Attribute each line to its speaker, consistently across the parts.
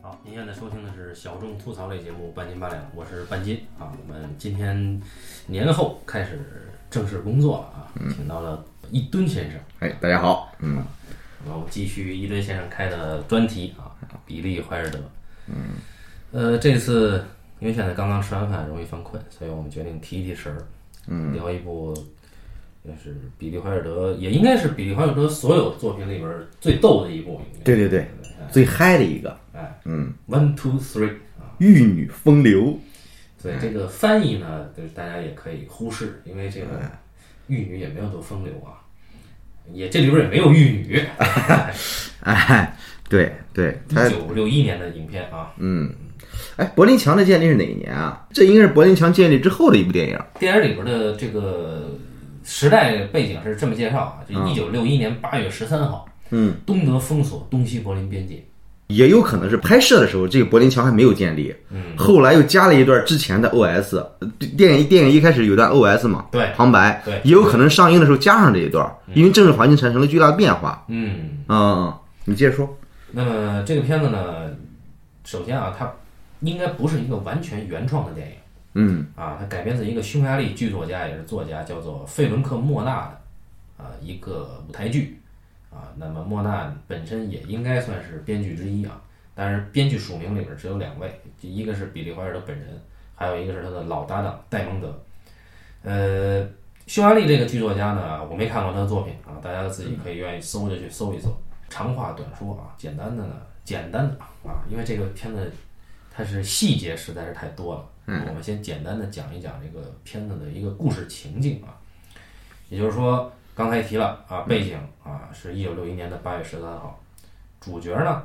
Speaker 1: 好，您现在收听的是小众吐槽类节目《半斤八两》，我是半斤啊。我们今天年后开始正式工作了啊，请到了一吨先生，
Speaker 2: 哎，大家好，嗯，
Speaker 1: 然后继续一吨先生开的专题啊，比利怀尔德。嗯，呃，这次因为现在刚刚吃完饭，容易犯困，所以我们决定提一提神儿，嗯，聊一部就是比利怀尔德，也应该是比利怀尔德所有作品里边儿最逗的一部，应该
Speaker 2: 对对对，最嗨的一个
Speaker 1: 哎，
Speaker 2: 嗯
Speaker 1: ，One Two Three 啊。
Speaker 2: 玉女风流，
Speaker 1: 对这个翻译呢，就是大家也可以忽视，因为这个玉女也没有多风流啊，也这里边也没有玉女。
Speaker 2: 哎，对对，他
Speaker 1: 一九六一年的影片啊，
Speaker 2: 嗯哎，柏林墙的建立是哪一年啊？这应该是柏林墙建立之后的一部电影，
Speaker 1: 电影里边的这个时代背景是这么介绍啊，就一九六一年八月十三号，
Speaker 2: 嗯，
Speaker 1: 东德封锁东西柏林边界，
Speaker 2: 也有可能是拍摄的时候这个柏林墙还没有建立，
Speaker 1: 嗯，
Speaker 2: 后来又加了一段之前的 OS，呃电影电影一开始有段 OS 嘛，
Speaker 1: 对
Speaker 2: 旁白，
Speaker 1: 对
Speaker 2: 也有可能上映的时候加上这一段，因为政治环境产生了巨大的变化，
Speaker 1: 嗯，
Speaker 2: 嗯，你接着说，
Speaker 1: 那么这个片子呢，首先啊，它应该不是一个完全原创的电影。
Speaker 2: 嗯
Speaker 1: 啊，它改编自一个匈牙利剧作家也是作家，叫做费伦克·莫纳的啊一个舞台剧啊。那么莫纳本身也应该算是编剧之一啊，但是编剧署名里面只有两位，一个是比利怀尔德本人，还有一个是他的老搭档戴蒙德。呃，匈牙利这个剧作家呢，我没看过他的作品啊，大家自己可以愿意搜着去搜一搜。长话短说啊，简单的呢，简单的啊，因为这个片子它是细节实在是太多了。我们先简单的讲一讲这个片子的一个故事情境啊，也就是说，刚才提了啊，背景啊是一九六一年的八月十三号，主角呢，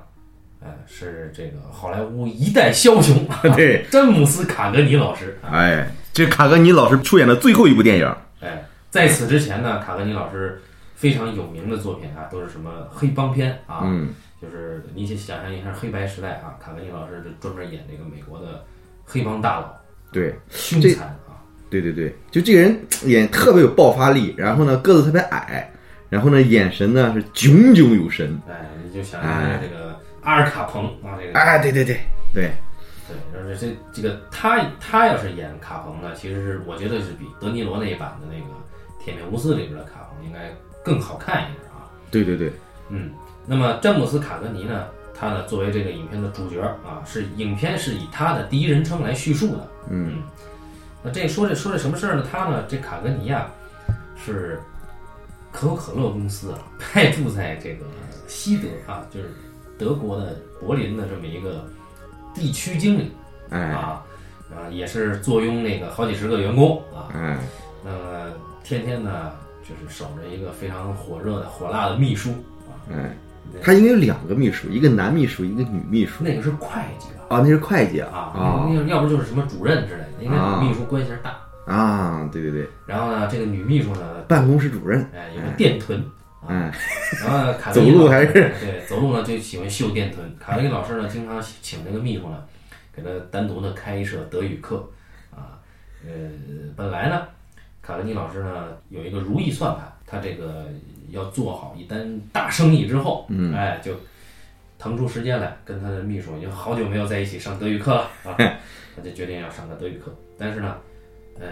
Speaker 1: 呃是这个好莱坞一代枭雄，
Speaker 2: 对，
Speaker 1: 詹姆斯卡格尼老师。
Speaker 2: 哎，这是卡格尼老师出演的最后一部电影，
Speaker 1: 哎，在此之前呢，卡格尼老师非常有名的作品啊，都是什么黑帮片啊，
Speaker 2: 嗯
Speaker 1: 就是你想想象一下黑白时代啊，卡格尼老师就专门演这个美国的黑帮大佬，
Speaker 2: 对。
Speaker 1: 凶
Speaker 2: 这
Speaker 1: 残啊，
Speaker 2: 对对对，就这个人也特别有爆发力，然后呢个子特别矮，然后呢眼神呢是炯炯有神。
Speaker 1: 哎，你就想象一下这个阿尔卡彭啊，这个
Speaker 2: 哎，对对对对，
Speaker 1: 对，就是这这个他他要是演卡彭呢，其实是我觉得是比德尼罗那一版的那个《铁面无私》里边的卡彭应该更好看一点啊。
Speaker 2: 对对对，
Speaker 1: 嗯，那么詹姆斯卡格尼呢，他呢作为这个影片的主角啊，是影片是以他的第一人称来叙述的。嗯，那这说这说这什么事儿呢？他呢这卡格尼啊是可口可乐公司啊派驻在这个西德啊，就是德国的柏林的这么一个地区经理。
Speaker 2: 哎
Speaker 1: 啊，啊，也是坐拥那个好几十个员工啊，
Speaker 2: 哎，
Speaker 1: 那么天天呢就是守着一个非常火热的、火辣的秘书啊，
Speaker 2: 他应该有两个秘书，一个男秘书，一个女秘书。
Speaker 1: 那个是会计吧？
Speaker 2: 啊，那是会计啊
Speaker 1: 啊，要要不就是什么主任之类的，因为
Speaker 2: 啊
Speaker 1: 女秘书关系是大。
Speaker 2: 啊啊！对对对，
Speaker 1: 然后呢，这个女秘书呢，
Speaker 2: 办公室主任，
Speaker 1: 哎，有个电臀，啊
Speaker 2: 哎
Speaker 1: 然后呢，卡
Speaker 2: 走
Speaker 1: 梅利
Speaker 2: 路
Speaker 1: 老
Speaker 2: 还
Speaker 1: 师对走路呢就喜欢秀电臀。卡梅利老师呢，经常请这个秘书呢，给他单独的开一设德语课啊。呃，本来呢，卡梅利老师呢有一个如意算盘，他这个要做好一单大生意之后，嗯，哎，就腾出时间来跟他的秘书，已经好久没有在一起上德语课了啊，他就决定要上个德语课。但是呢，呃，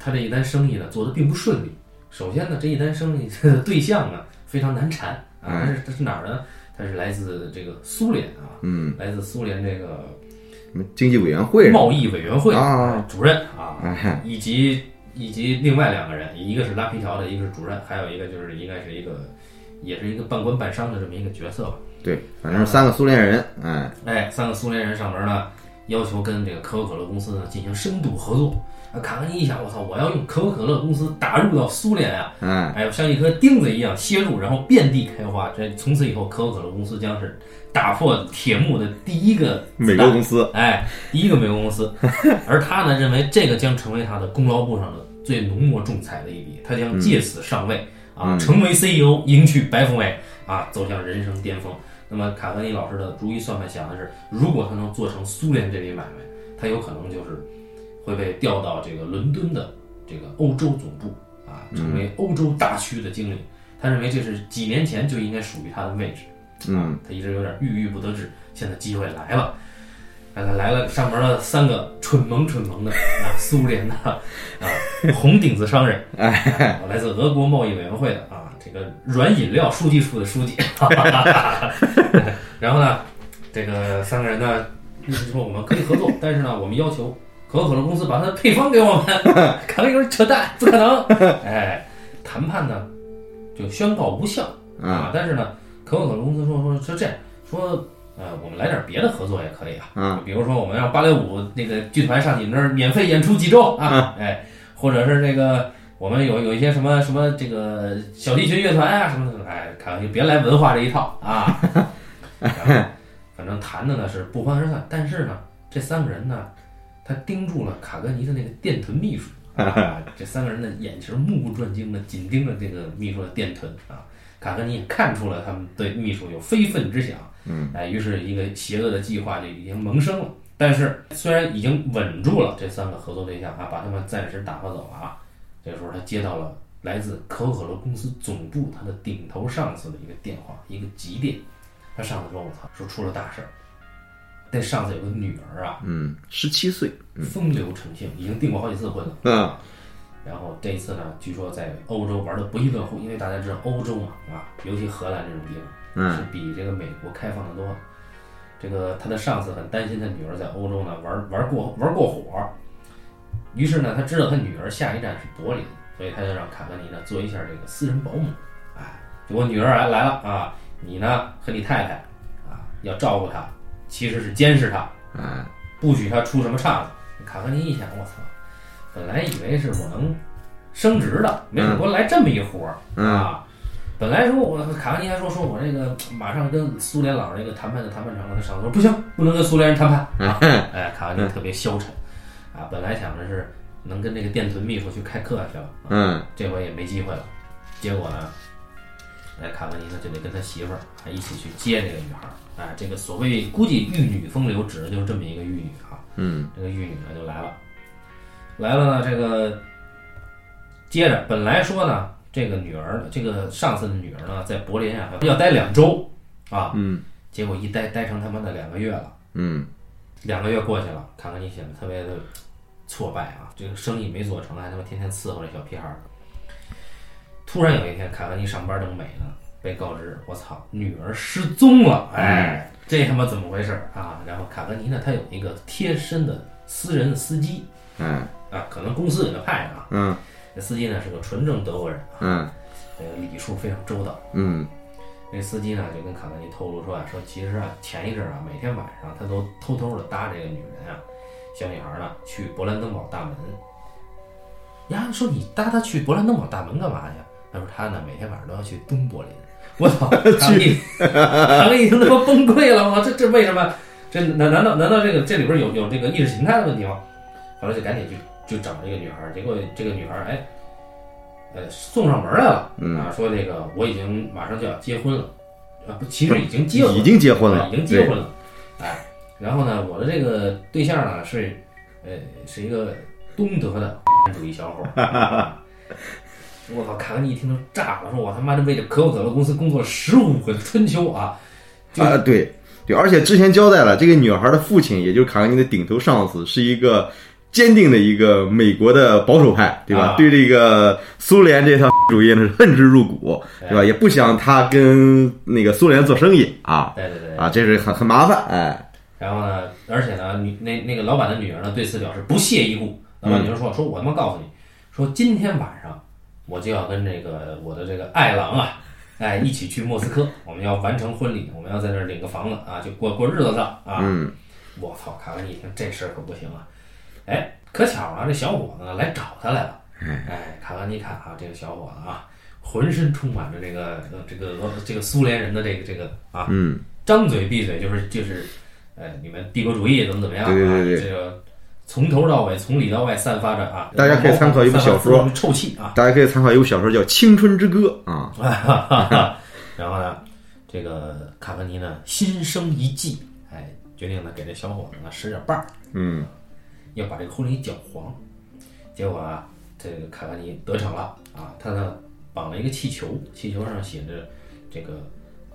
Speaker 1: 他这一单生意呢做的并不顺利。首先呢，这一单生意的对象呢非常难缠
Speaker 2: 哎
Speaker 1: 啊，他是他是哪儿呢？他是来自这个苏联啊，嗯，来自苏联这个
Speaker 2: 什么经济委员会
Speaker 1: 贸易委员会
Speaker 2: 啊
Speaker 1: 主任啊，
Speaker 2: 哎
Speaker 1: 以及以及另外两个人，一个是拉皮条的，一个是主任，还有一个就是应该是一个也是一个半官半商的这么一个角色吧。
Speaker 2: 对，反正是三个苏联人，哎
Speaker 1: 哎，三个苏联人上门呢，要求跟这个可口可乐公司呢进行深度合作。啊，卡文尼一想，我操，我要用可口可乐公司打入到苏联啊！
Speaker 2: 哎
Speaker 1: 哎呦，像一颗钉子一样切入，然后遍地开花。这从此以后，可口可乐公司将是打破铁幕的第一个
Speaker 2: 美国公司，
Speaker 1: 哎，第一个美国公司，而他呢认为这个将成为他的功劳簿上的最浓墨重彩的一笔，他将借此上位、啊，成为 CEO，迎娶白富美啊，走向人生巅峰。那么卡格尼老师的如意算盘想的是，如果他能做成苏联这笔买卖，他有可能就是会被调到这个伦敦的这个欧洲总部啊，成为欧洲大区的经理。他认为这是几年前就应该属于他的位置。
Speaker 2: 嗯，
Speaker 1: 他一直有点郁郁不得志。现在机会来了，来了来了，上门了三个蠢萌蠢萌的啊，苏联的啊，红顶子商人，哎，来自俄国贸易委员会的啊，这个软饮料书记处的书记。 哈哈哈哈然后呢，这个三个人呢，意思说我们可以合作，但是呢，我们要求可口可乐公司把它的配方给我们。 卡梅伦扯淡，不可能。哎，谈判呢就宣告无效。
Speaker 2: 啊
Speaker 1: 啊，但是呢，可口可乐公司说说说这样说，呃，我们来点别的合作也可以啊，
Speaker 2: 啊，
Speaker 1: 比如说我们让芭蕾舞那个剧团上你们那儿免费演出几周啊，哎，或者是这个我们有有一些什么什么这个小提琴乐团啊什么的，哎，看就别来文化这一套啊。然后反正 谈的呢是不欢而散，但是呢，这三个人呢，他盯住了卡格尼的那个电臀秘书。啊，这三个人的眼神目不转睛的紧盯着这个秘书的电臀啊，卡格尼也看出了他们对秘书有非分之想，嗯，哎，于是一个邪恶的计划就已经萌生了。但是虽然已经稳住了这三个合作对象啊，把他们暂时打发走了啊，这时候他接到了来自可口可乐公司总部他的顶头上司的一个电话，一个急电。他上司说：“我操，说出了大事儿。”那上司有个女儿啊，
Speaker 2: 嗯，十七岁，
Speaker 1: 风流成性，已经订过好几次婚了。
Speaker 2: 啊，
Speaker 1: 然后这一次呢，据说在欧洲玩的不亦乐乎，因为大家知道欧洲嘛啊，尤其荷兰这种地方
Speaker 2: 嗯
Speaker 1: 是比这个美国开放的多。这个他的上司很担心他女儿在欧洲呢玩玩过玩过火，于是呢，他知道他女儿下一站是柏林，所以他就让卡格尼呢做一下这个私人保姆。哎，结果女儿来来了啊，你呢和你太太啊要照顾她，其实是监视她，
Speaker 2: 啊，
Speaker 1: 不许他出什么岔子。卡格尼一想，我操，本来以为是我能升职的，没想过来这么一活儿、
Speaker 2: 嗯
Speaker 1: 啊！本来说我卡格尼还说说我这个马上跟苏联佬这个谈判就谈判成了，他上头说不行，不能跟苏联人谈
Speaker 2: 嗯
Speaker 1: 判啊！哎，卡格尼特别消沉啊，本来想着是能跟这个电臀秘书去开课去了，啊
Speaker 2: 嗯，
Speaker 1: 这回也没机会了。结果呢，哎，卡文尼呢就得跟他媳妇儿还一起去接这个女孩儿。哎，这个所谓估计玉女风流指的就是这么一个玉女啊。
Speaker 2: 嗯，
Speaker 1: 这个玉女呢就来了，来了呢，这个接着本来说呢，这个女儿，这个上司的女儿呢，在柏林啊要待两周啊，
Speaker 2: 嗯，
Speaker 1: 结果一待待成他妈的两个月了。
Speaker 2: 嗯，
Speaker 1: 两个月过去了，卡格尼显得特别的挫败啊，这个生意没做成，还他妈天天伺候这小屁孩儿。突然有一天，卡格尼上班正美呢，被告知我操，女儿失踪了，哎，
Speaker 2: 嗯
Speaker 1: 这他妈怎么回事儿啊？然后卡格尼呢，他有一个贴身的私人司机
Speaker 2: 哎，
Speaker 1: 啊，可能公司给他派的啊。
Speaker 2: 嗯，
Speaker 1: 这司机呢是个纯正德国人，啊
Speaker 2: 嗯，
Speaker 1: 这个礼数非常周到。
Speaker 2: 嗯，
Speaker 1: 这司机呢就跟卡德尼透露说啊，说其实啊前一阵儿啊每天晚上他都偷偷的搭这个女人啊，小女孩呢去勃兰登堡大门。呀，说你搭她去勃兰登堡大门干嘛去？他说他呢每天晚上都要去东柏林。我操，卡德尼，卡德尼他妈崩溃了！我这这为什么？这难难道难道这个这里边有有这个意识形态的问题吗？后来就赶紧就就找这个女孩儿，结果这个女孩儿哎，呃送上门来了。
Speaker 2: 嗯，
Speaker 1: 啊，说这个我已经马上就要结婚了，啊不，其实已经结婚了，
Speaker 2: 已经结婚了，
Speaker 1: 啊已经结婚了，哎，然后呢，我的这个对象呢是，呃，是一个东德的主义小伙儿。 啊我靠，卡文尼一听都炸了，说我他妈的为这可口可乐公司工作十五个春秋啊！
Speaker 2: 对啊，对。对，而且之前交代了，这个女孩的父亲，也就是卡格尼的顶头上司，是一个坚定的一个美国的保守派，对吧？
Speaker 1: 啊
Speaker 2: 对这个苏联这套主义呢是恨之入骨，对吧？也不想他跟那个苏联做生意啊
Speaker 1: 对对对，
Speaker 2: 啊，这是很很麻烦，哎，
Speaker 1: 然后呢，而且呢，女那那个老板的女儿呢对此表示不屑一顾。老板女儿说：“说我他妈告诉你，说今天晚上我就要跟这个我的这个爱郎啊，哎一起去莫斯科，我们要完成婚礼，我们要在那儿领个房子啊，就过过日子上啊。”
Speaker 2: 嗯
Speaker 1: 我操！卡文尼一听这事儿可不行啊！哎，可巧啊，这小伙子呢来找他来了。哎，卡文尼看啊，这个小伙子啊，浑身充满着这个呃这个俄这个苏联人的这个这个啊
Speaker 2: 嗯
Speaker 1: 张嘴闭嘴就是就是，呃，你们帝国主义怎么怎么样啊？
Speaker 2: 对对对
Speaker 1: 这个从头到尾，从里到外散发着啊，
Speaker 2: 大家可以参考一部小说
Speaker 1: 散发出臭气啊。
Speaker 2: 大家可以参考一部小说叫《青春之歌》啊，
Speaker 1: 然后呢，这个卡文尼呢心生一计，哎，决定呢给这小伙子呢使点绊儿，
Speaker 2: 嗯
Speaker 1: 要把这个婚礼搅黄。结果啊，这个卡文尼得逞了啊，他呢绑了一个气球，气球上写着这个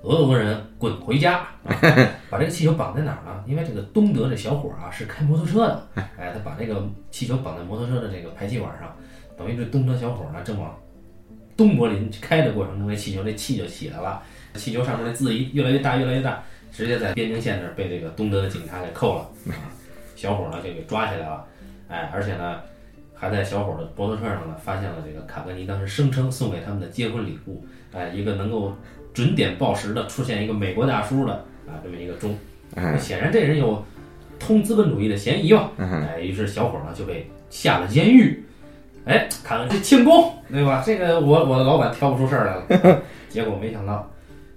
Speaker 1: 俄国人滚回家，啊把这个气球绑在哪儿呢？因为这个东德这小伙儿啊是开摩托车的，哎，他把这个气球绑在摩托车的这个排气管上，等于这东德小伙儿呢正往东柏林开的过程中，这气球这气就起来了，气球上面那字一越来越大，越来越大，直接在边境线那儿被这个东德的警察给扣了，啊，小伙儿呢就给抓起来了，哎，而且呢。还在小伙儿的摩托车上呢，发现了这个卡格尼当时声称送给他们的结婚礼物，哎，一个能够准点报时的出现一个美国大叔的啊这么一个钟，
Speaker 2: 哎
Speaker 1: 显然这人有通资本主义的嫌疑吧？哎，于是小伙儿呢就被下了监狱。哎，看看这庆功，对吧？这个我我的老板挑不出事儿来 了。结果没想到，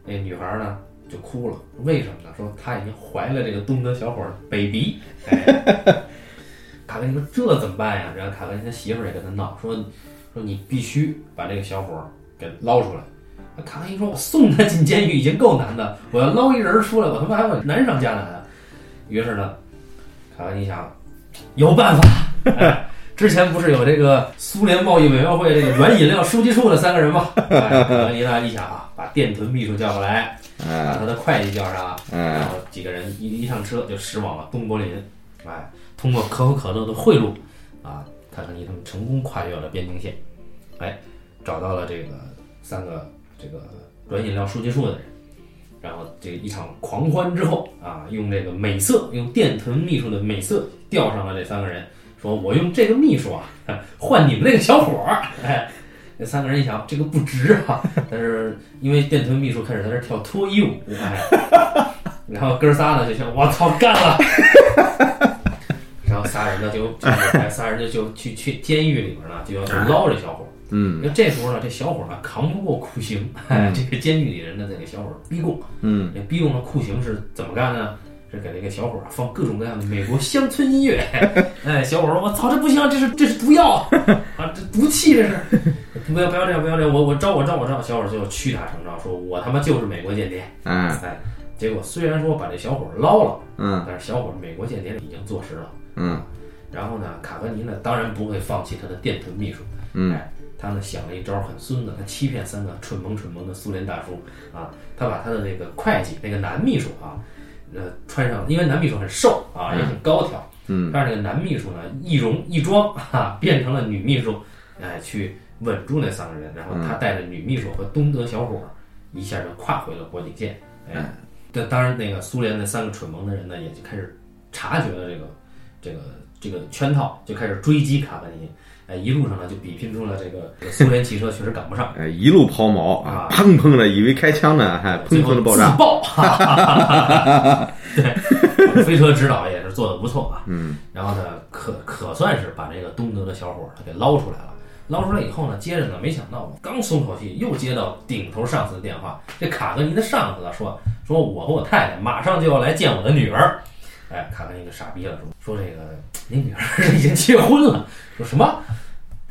Speaker 1: 那女孩儿呢就哭了，为什么呢？说她已经怀了这个东德小伙儿的 baby。哎，卡文尼说这怎么办呀？然后卡文尼他媳妇儿也跟他闹，说说你必须把这个小伙儿给捞出来。那卡文尼说：“我送他进监狱已经够难的，我要捞一人出来，我他妈还会难上加难啊！”于是呢，卡文尼想，有办法。哎、之前不是有这个苏联贸易委员会这个软饮料书记处的三个人 吗？哎、卡文尼呢一想啊，把电臀秘书叫过来，把
Speaker 2: 哎
Speaker 1: 他的会计叫上，然
Speaker 2: 哎
Speaker 1: 后几个人一一上车就驶往了东柏林。哎，通过可口可乐的贿赂，啊，卡特尼他们成功跨越了边境线，哎，找到了这个三个这个软饮料书记处的人。然后这一场狂欢之后啊，用这个美色，用电臀秘书的美色钓上了这三个人，说我用这个秘书啊 换你们那个小伙儿。 哎，那三个人一想这个不值啊，但是因为电臀秘书开始在这跳脱衣舞，哎，然后哥仨呢就想，我操，干了！ 然后仨人呢就，就哎仨人就就去去监狱里边呢，就要去捞这小伙儿。
Speaker 2: 嗯
Speaker 1: 那这时候呢，这小伙儿呢扛不过酷刑，哎，这个监狱里人呢在给小伙儿逼供。
Speaker 2: 嗯
Speaker 1: 这逼供的酷刑是怎么干的呢？是给这个小伙儿啊放各种各样的美国乡村音乐。 哎，小伙儿说：“我操，这不行，这是这是毒药啊！啊，这毒气这是！不要不要这样，不要这样！我我招我招我招！”小伙儿就屈打成招，说：“我他妈就是美国间谍。”
Speaker 2: 哎
Speaker 1: 哎，结果虽然说把这小伙儿捞了，
Speaker 2: 嗯
Speaker 1: 但是小伙儿美国间谍已经坐实了。
Speaker 2: 嗯
Speaker 1: 然后呢，卡格尼呢当然不会放弃他的电臀秘书，
Speaker 2: 嗯
Speaker 1: 哎，他呢想了一招很孙子，他欺骗三个蠢萌蠢萌的苏联大叔啊，他把他的那个会计那个男秘书啊，呃穿上，因为男秘书很瘦啊，也很高挑，
Speaker 2: 嗯，
Speaker 1: 但是那个男秘书呢易容易装啊，变成了女秘书，哎，去稳住那三个人，然后他带着女秘书和东德小伙儿一下就跨回了国境线，哎，但当然那个苏联那三个蠢萌的人呢也就开始察觉了这个这个这个圈套，就开始追击卡格尼。哎，一路上呢就比拼出了这个这个苏联汽车确实赶不上，
Speaker 2: 哎，一路抛锚
Speaker 1: 啊，
Speaker 2: 啊砰砰的，以为开枪呢，还砰
Speaker 1: 最
Speaker 2: 砰
Speaker 1: 后
Speaker 2: 的爆
Speaker 1: 自
Speaker 2: 炸。
Speaker 1: 爆。 对，飞车指导也是做的不错啊。嗯，然后呢，可可算是把这个东德的小伙儿他给捞出来了。捞出来以后呢，接着呢，没想到我刚松口气，又接到顶头上司的电话。这卡格尼的上司呢说，说我和我太太马上就要来见我的女儿。哎，卡格尼就傻逼了，说说这个您女儿已经结婚了，说什么？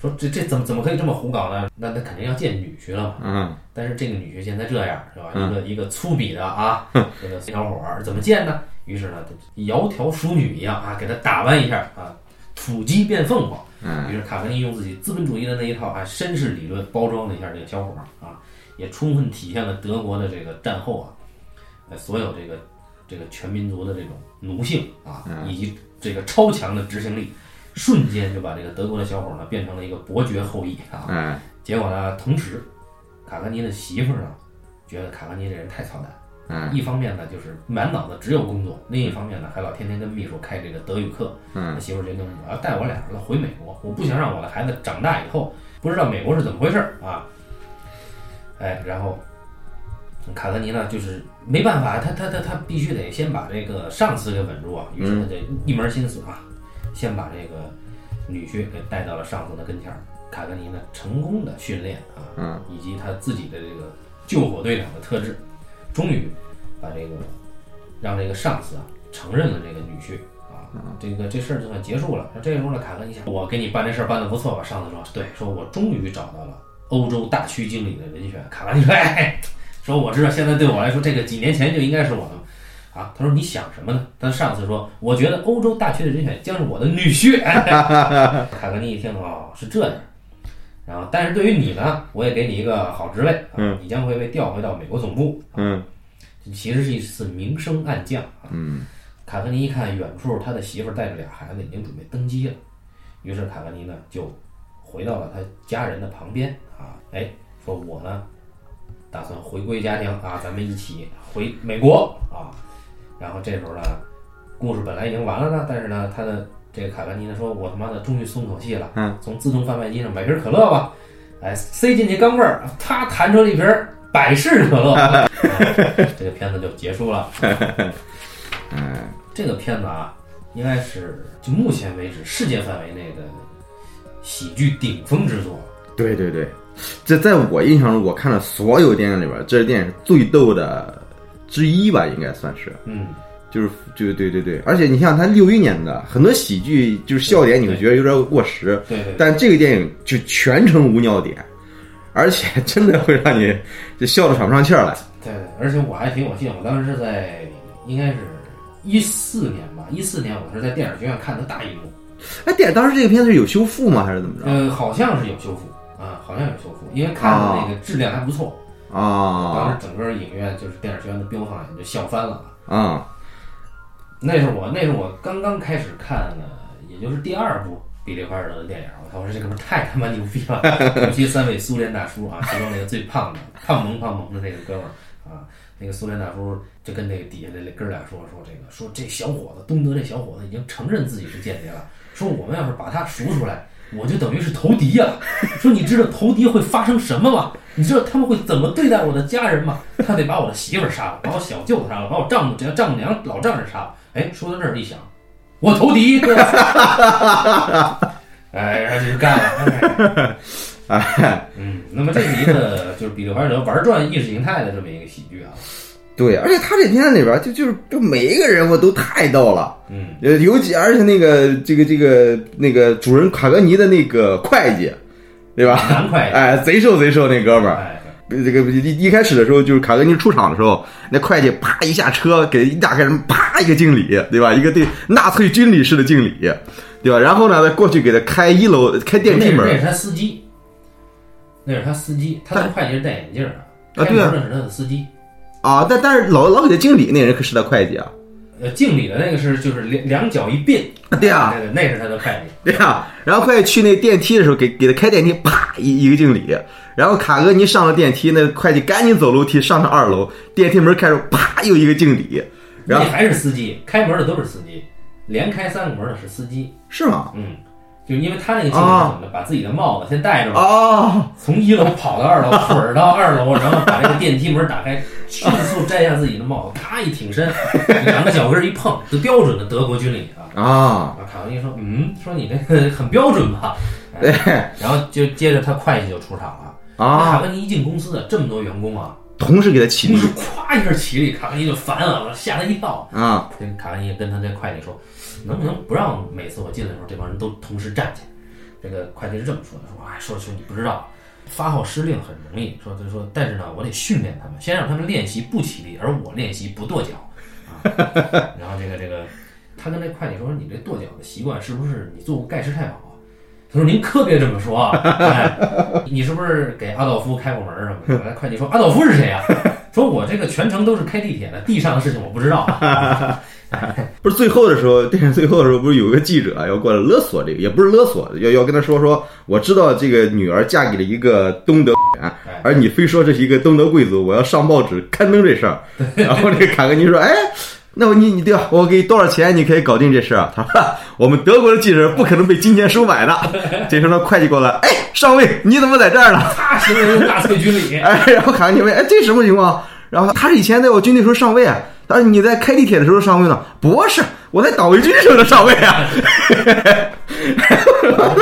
Speaker 1: 说这这怎么怎么可以这么胡搞呢？那那肯定要见女婿了嘛。
Speaker 2: 嗯
Speaker 1: 但是这个女婿现在这样是吧？
Speaker 2: 嗯
Speaker 1: 一个一个粗鄙的啊，这个小伙儿怎么见呢？于是呢，窈窕淑女一样啊，给他打扮一下啊，土鸡变凤凰。
Speaker 2: 嗯
Speaker 1: 于是卡文尼用自己资本主义的那一套啊绅士理论包装了一下这个小伙儿啊，也充分体现了德国的这个战后啊，呃所有这个这个全民族的这种奴性啊，以及这个超强的执行力，瞬间就把这个德国的小伙儿呢变成了一个伯爵后裔啊。
Speaker 2: 哎
Speaker 1: 结果呢，同时，卡格尼的媳妇儿呢，觉得卡格尼这人太操蛋。
Speaker 2: 哎
Speaker 1: 一方面呢，就是满脑子只有工作；另一方面呢，还老天天跟秘书开这个德语课。
Speaker 2: 嗯
Speaker 1: 他媳妇儿决定，我要带我俩儿子回美国，我不想让我的孩子长大以后不知道美国是怎么回事儿啊。哎，然后卡格尼呢，就是没办法，他他他他必须得先把这个上司给稳住啊。于是他就一门心思啊，先把这个女婿给带到了上司的跟前儿。卡格尼呢，成功的训练啊，
Speaker 2: 嗯
Speaker 1: 以及他自己的这个救火队长的特质，终于把这个让这个上司啊承认了这个女婿啊，这个这事儿就算结束了。那这时候呢，卡格尼想，我给你办这事儿办的不错吧？上司说，对，说我终于找到了欧洲大区经理的人选。卡格尼说，哎，说我知道现在对我来说，这个几年前就应该是我的啊。他说你想什么呢？他上司说，我觉得欧洲大区的人选将是我的女婿。 卡格尼一听，哦，是这样。然后，但是对于你呢，我也给你一个好职位，啊、
Speaker 2: 嗯
Speaker 1: 你将会被调回到美国总部。啊
Speaker 2: 嗯
Speaker 1: 其实是一次明升暗降啊。
Speaker 2: 嗯
Speaker 1: 卡格尼一看远处他的媳妇儿带着俩孩子已经准备登基了，于是卡格尼呢就回到了他家人的旁边啊，哎，说我呢打算回归家庭啊，咱们一起回美国啊。然后这时候呢，故事本来已经完了呢，但是呢，他的这个卡格尼呢说，我他妈的终于松口气了，
Speaker 2: 嗯，
Speaker 1: 从自动贩卖机上买瓶可乐吧，哎，塞进去钢镚儿，啪弹出了一瓶百事可乐，啊这个片子就结束了。
Speaker 2: 哎
Speaker 1: 这个片子啊，应该是就目前为止世界范围内的喜剧顶峰之作。
Speaker 2: 对对对，这在我印象中，我看了所有电影里边，这是电影最逗的之一吧，应该算是。
Speaker 1: 嗯，
Speaker 2: 就是就对对对，而且你像他六一年的很多喜剧，就是笑点你会觉得有点过时，
Speaker 1: 对对对
Speaker 2: 但这个电影就全程无尿点，而且真的会让你就笑得喘不上气儿来。
Speaker 1: 对，而且我还挺有幸，我当时是在应该是一四年吧，一四年我是在电影学院看的大荧幕，
Speaker 2: 哎，电影当时这个片子是有修复吗？还是怎么着？
Speaker 1: 呃，好像是有修复啊，好像有修复，因为看的那个质量还不错。当
Speaker 2: 啊
Speaker 1: 时整个影院就是电影学院的标放也就笑翻了啊。
Speaker 2: 啊
Speaker 1: 那是我那是我刚刚开始看的，也就是第二部比利怀尔德的电影。我操！我说这哥们儿太他妈牛逼了， 尤其三位苏联大叔啊，其中那个最胖的胖萌胖萌的那个哥们儿啊，那个苏联大叔就跟那个底下那哥俩说说这个说这小伙子东德这小伙子已经承认自己是间谍了，说我们要是把他赎出来。我就等于是投敌呀、说你知道投敌会发生什么吗？你知道他们会怎么对待我的家人吗？他得把我的媳妇儿杀了，把我小舅子杀了，把我丈母娘、丈母娘、老丈人杀了。哎，说到这儿一想，我投敌，对吧 哎，然后就干了。哎，嗯，那么这是一个就是比利怀尔德玩转意识形态的这么一个喜剧啊。
Speaker 2: 对，而且他这片子里边就就是就每一个人物都太逗了。
Speaker 1: 嗯，
Speaker 2: 呃，尤其而且那个这个这个那个主人卡格尼的那个会计，对吧？
Speaker 1: 难怪
Speaker 2: 哎，贼瘦贼瘦那哥们儿，
Speaker 1: 哎，
Speaker 2: 这个一一开始的时候，就是卡格尼出场的时候，那会计啪一下车，给一打开门，啪一个敬礼，对吧？一个对纳粹军礼式的敬礼，对吧？然后呢，再过去给他开一楼开电梯
Speaker 1: 那是那
Speaker 2: 门，
Speaker 1: 是他司机，那是他司机，他的会计是戴眼镜儿
Speaker 2: 啊对啊
Speaker 1: 那是他的司机。
Speaker 2: 啊，但但是老老给他敬礼那人可是他会计啊，
Speaker 1: 呃，敬礼的那个是就是两两脚一并，
Speaker 2: 啊对啊，
Speaker 1: 那个那是他的会计。
Speaker 2: 对啊。然后会计去那电梯的时候，给给他开电梯，啪一一个敬礼。然后卡格尼上了电梯，那会计赶紧走楼梯上到二楼，电梯门开着，啪又一个敬礼，然后
Speaker 1: 那还是司机，开门的都是司机，连开三个门的是司机。
Speaker 2: 是吗？
Speaker 1: 嗯，就因为他那个镜头怎么的，把自己的帽子先戴着嘛，
Speaker 2: 哦，
Speaker 1: 从一楼跑到二楼，腿儿到二楼，然后把这个电梯门打开，迅速摘下自己的帽子，啪一挺身，两个脚跟儿一碰，就标准的德国军礼啊。
Speaker 2: 啊，
Speaker 1: 啊，卡文尼说，嗯，说你这个很标准吧？哎
Speaker 2: 对
Speaker 1: 然后就接着他会计就出场了。
Speaker 2: 啊
Speaker 1: 卡，文尼一进公司啊，这么多员工啊，
Speaker 2: 同时给他起
Speaker 1: 同
Speaker 2: 立
Speaker 1: 时咵一下起立，卡文尼就烦了，吓他一跳。
Speaker 2: 啊。
Speaker 1: 跟卡文尼跟他那会计说，能不能不让每次我进来的时候这帮人都同时站起来？这个会计是这么说的，说哎，说说你不知道，发号施令很容易，说他说，但是呢，我得训练他们，先让他们练习不起立，而我练习不跺脚啊。然后这个这个，他跟那会计说，你这跺脚的习惯是不是你做过盖世太保啊？他说：“您可别这么说啊！哎，你是不是给阿道夫开过门儿什么的？”那会计说：“阿道夫是谁啊？”说：“我这个全程都是开地铁的，地上的事情我不知道啊。”
Speaker 2: 不是最后的时候，电影最后的时候，不是有个记者要过来勒索这个，也不是勒索，要要跟他说说，我知道这个女儿嫁给了一个东德人，而你非说这是一个东德贵族，我要上报纸刊登这事儿。然后这个卡格尼说，哎，那我你你对吧？我给多少钱你可以搞定这事儿？他说哈我们德国的记者不可能被金钱收买的。这时候呢，会计过来，哎，上尉你怎么在这儿呢？
Speaker 1: 他行为纳粹军礼。
Speaker 2: 哎，然后卡文尼问，哎，这什么情况？然后他是以前在我军队时候上尉啊，但是你在开地铁的时候上尉呢？不是，我在党卫军时候的上尉啊。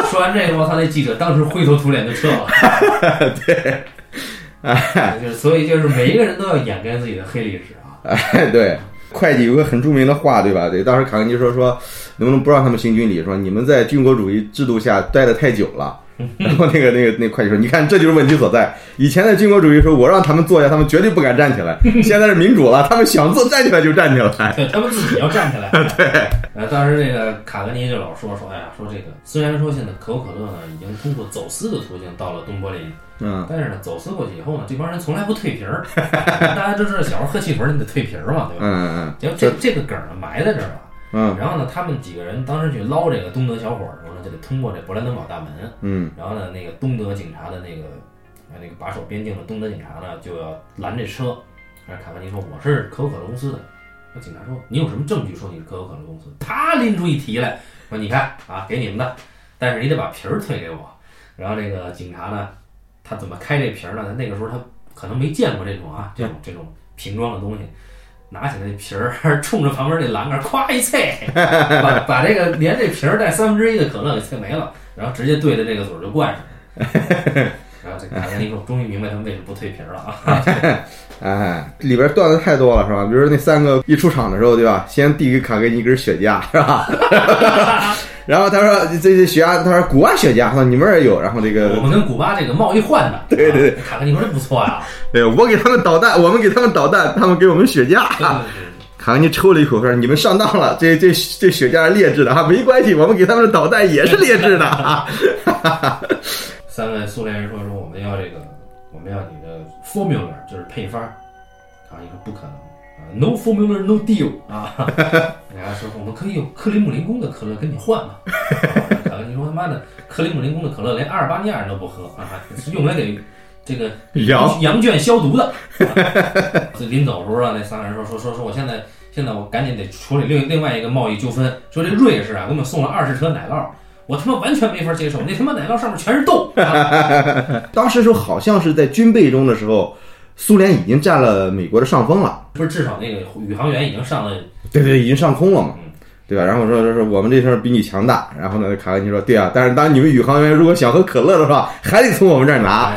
Speaker 1: 说完这个，我操，那记者当时灰头土脸就撤了。对，就是所以就是每一个人都要掩盖自己的黑历史啊。
Speaker 2: 哎，对，会计有个很著名的话，对吧？对，当时 卡文尼说说，能不能不让他们行军礼？说你们在军国主义制度下待的太久了，然后那个那个那会计说：“你看，这就是问题所在。以前的军国主义说，我让他们坐下，他们绝对不敢站起 来。现在是民主了，他们想坐站起来就站起来。
Speaker 1: 对他们自己要站起来。对，呃，当时这个卡格尼就老说说，哎呀，说这个虽然说现在可口可乐呢已经通过走私的途径到了东柏林，
Speaker 2: 嗯，
Speaker 1: 但是呢，走私过去以后呢，这帮人从来不退瓶儿。大家都知道，小时候喝汽水你得退瓶儿嘛，对吧？
Speaker 2: 嗯
Speaker 1: 结果这这个梗儿呢埋在这儿了。
Speaker 2: 嗯
Speaker 1: 然后呢，他们几个人当时去捞这个东德小伙儿的时候呢，就得通过这勃兰登堡大门。
Speaker 2: 嗯
Speaker 1: 然后呢，那个东德警察的那个呃那个把守边境的东德警察呢，就要拦这车。然后卡文尼说：“我是可口可乐公司的。”那警察说：“你有什么证据说你是可口可乐公司？”他拎出一提来，说：“你看啊，给你们的，但是你得把瓶儿退给我。”然后这个警察呢，他怎么开这瓶儿呢？他那个时候他可能没见过这种啊，这种这种瓶装的东西。拿起来那瓶儿，冲着旁边那栏杆儿，咵一啐，把把这个连这瓶儿带三分之一的可乐给啐没了。然后直接对着这个嘴儿就灌 上。然后这卡文尼说：“终于明白他们为什么不退瓶了啊！
Speaker 2: 嗯，哎，里边段子太多了，是吧？比如说那三个一出场的时候，对吧？先递给卡格尼一根雪茄， 是吧？然后他说这这雪茄，他说古巴雪茄，他说你们这儿有，然后这个
Speaker 1: 我们跟古巴这个贸易换的。”对对对，卡文尼说：“这不错啊 呀、
Speaker 2: 对，哎我给他们导弹，我们给他们导弹，他们给我们雪茄。
Speaker 1: 对对
Speaker 2: 卡尼抽了一口说：“你们上当了，这这这雪茄是劣质的啊，没关系，我们给他们的导弹也是劣质的啊。
Speaker 1: 对，三个苏联人说：“说我们要这个，我们要你的 formula，就是配方。”卡文尼说：“不可能。”啊，No formula, no deal 啊！ 人家说我们可以有克里姆林宫的可乐跟你换嘛？啊卡文尼说：“他妈的，克里姆林宫的可乐连阿尔巴尼亚人都不喝啊，是用来给这个
Speaker 2: 羊
Speaker 1: 羊圈消毒的。这临走的时候啊，那三个人说说说说，我现在现在我赶紧得处理另另外一个贸易纠纷。说这瑞士啊，给我们送了二十车奶酪，我他妈完全没法接受，那他妈奶酪上面全是豆。啊
Speaker 2: 当时时候好像是在军备中的时候，苏联已经占了美国的上风了，
Speaker 1: 不是，至少那个宇航员已经上了，
Speaker 2: 对对，已经上空了嘛
Speaker 1: 嗯，
Speaker 2: 对吧？然后说说说我们这事儿比你强大，然后呢，卡尼说：对啊，但是当你们宇航员如果想喝可乐的话，还得从我们这儿拿，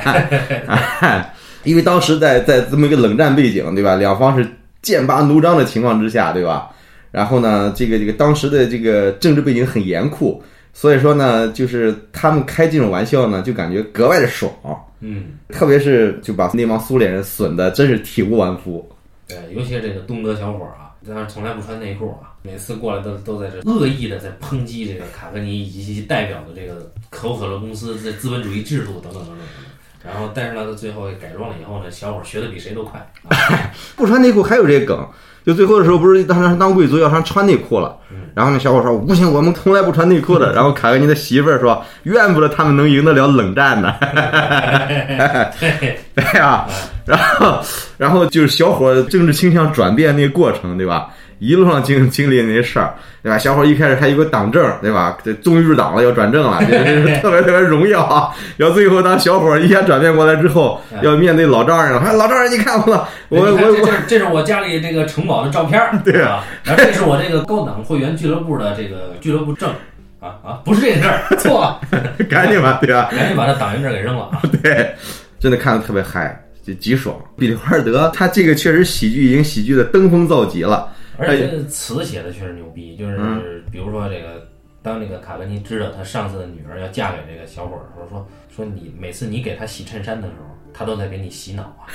Speaker 2: 因为当时在在这么一个冷战背景，对吧？两方是剑拔弩张的情况之下，对吧？然后呢，这个这个当时的这个政治背景很严酷，所以说呢，就是他们开这种玩笑呢，就感觉格外的爽，
Speaker 1: 嗯，
Speaker 2: 特别是就把那帮苏联人损的真是体无完肤。
Speaker 1: 对，尤其是这个东德小伙儿啊，当然从来不穿内裤啊，每次过来都都在这恶意的在抨击这个卡格尼以及其代表的这个可口可乐公司这资本主义制度等等等等等等。然后，但是呢，最后改装了以后呢，小伙儿学的比谁都快。啊
Speaker 2: 不穿内裤还有这个梗，就最后的时候不是当时当贵族要穿穿内裤了，然后那小伙说不行，我们从来不穿内裤的。然后卡格尼的媳妇儿说，怨不得他们能赢得了冷战呢。
Speaker 1: 对，
Speaker 2: 对呀、然后然后就是小伙儿政治倾向转变那个过程，对吧？一路上经经历那些事儿，对吧？小伙儿一开始还有个党政，对吧？这终于入党了，要转正了，这是特别特别荣耀啊！然后最后当小伙儿一下转变过来之后，要面对老丈人了，哎，老丈人，你看我，我
Speaker 1: 你看
Speaker 2: 我
Speaker 1: 这
Speaker 2: 我，
Speaker 1: 这这是我家里这个城堡的照片儿，对啊，然后这是我这个高档会员俱乐部的这个俱乐部证，啊啊，不是这个证儿，错了，
Speaker 2: 赶紧吧，对吧？
Speaker 1: 赶紧把这党员证给扔了啊！
Speaker 2: 对，真的看的特别嗨，就极爽。比利华尔德他这个确实喜剧已经喜剧的登峰造极了，
Speaker 1: 而且这个词写的确实牛逼，就是比如说这个，当这个卡格尼知道他上司的女儿要嫁给这个小伙儿的时候，说说你每次你给他洗衬衫的时候，他都在给你洗脑啊。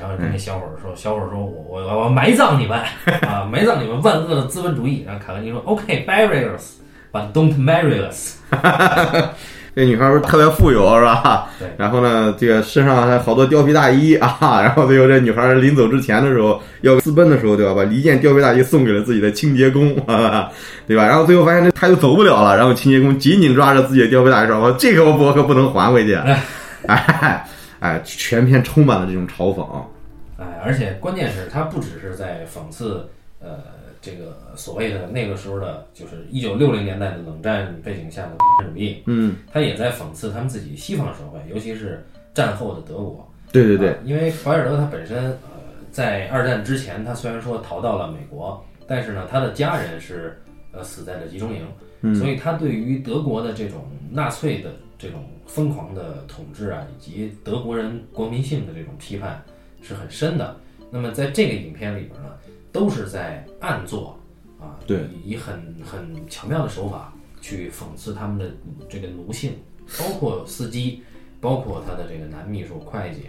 Speaker 1: 然后跟那小伙儿说，小伙儿说我我我我埋葬你们啊，埋葬你们万恶的资本主义。然后卡格尼说 OK bury us but don't marry us。
Speaker 2: 这女孩儿特别富有是吧
Speaker 1: 对？
Speaker 2: 然后呢，这个身上还有好多貂皮大衣啊， 然后最后这女孩儿临走之前的时候要私奔的时候，对吧？把一件貂皮大衣送给了自己的清洁工，啊、 对吧？然后最后发现这她又走不了了，然后清洁工紧紧抓着自己的貂皮大衣说：“我这个我不我可不能还回去。”哎 哎，全篇充满了这种嘲讽。
Speaker 1: 哎，而且关键是，他不只是在讽刺，呃，这个所谓的那个时候的，就是一九六零年代的冷战背景下的资本主义，
Speaker 2: 嗯，
Speaker 1: 他也在讽刺他们自己西方社会，尤其是战后的德国。
Speaker 2: 对对对
Speaker 1: 啊，因为怀尔德他本身，呃，在二战之前，他虽然说逃到了美国，但是呢，他的家人是呃死在了集中营，
Speaker 2: 嗯
Speaker 1: 所以他对于德国的这种纳粹的这种疯狂的统治啊，以及德国人国民性的这种批判是很深的。那么在这个影片里边呢，都是在暗做啊，
Speaker 2: 对
Speaker 1: 以，以很很巧妙的手法去讽刺他们的这个奴性。包括司机，包括他的这个男秘书、会计，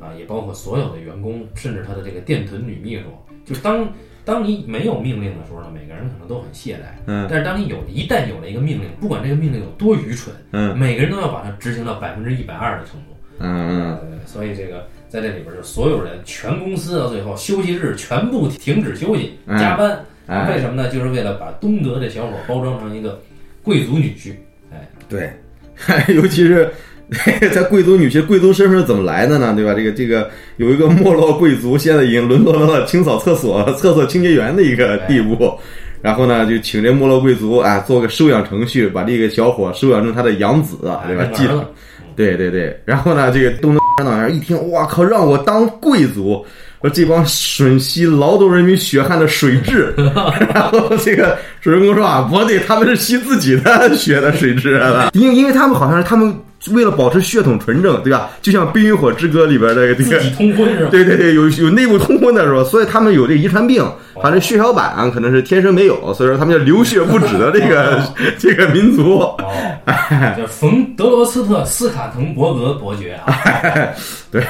Speaker 1: 啊，也包括所有的员工，甚至他的这个电臀女秘书。就是当当你没有命令的时候呢，每个人可能都很懈怠，
Speaker 2: 嗯
Speaker 1: 但是当你有一旦有了一个命令，不管这个命令有多愚蠢，
Speaker 2: 嗯
Speaker 1: 每个人都要把它执行到百分之一百二的程度。
Speaker 2: 嗯嗯，
Speaker 1: 呃，所以这个在这里边儿就所有人全公司到最后休息日全部停止休息，
Speaker 2: 嗯
Speaker 1: 加班。
Speaker 2: 哎
Speaker 1: 为什么呢？就是为了把东德这小伙包装成一个贵族女婿。哎，
Speaker 2: 对， 尤其是 在贵族女婿，贵族身份是怎么来的呢？对吧？这个这个有一个没落贵族，现在已经沦落到了清扫厕所、厕所清洁员的一个地步。然后呢，就请这没落贵族啊，做个收养程序，把这个小伙收养成他的养子，对吧？
Speaker 1: 哎
Speaker 2: 继
Speaker 1: 玩了，
Speaker 2: 对对对，然后呢，这个东德党员一听，哇靠，让我当贵族，说这帮吮吸劳动人民血汗的水 蛭，然后这个水蛭公说啊，不对，他们是吸自己的血的水 蛭啊，因因为他们好像是他们为了保持血统纯正，对吧？就像《冰与火之歌》里边的这
Speaker 1: 自
Speaker 2: 个
Speaker 1: 己通婚是吧？
Speaker 2: 对对对，有有内部通婚的时候，所以他们有这遗传病，反正血小板啊可能是天生没有，所以说他们叫流血不止的这 个这个民族。
Speaker 1: 哦，叫冯德罗斯特斯卡滕伯格伯爵啊，
Speaker 2: 对，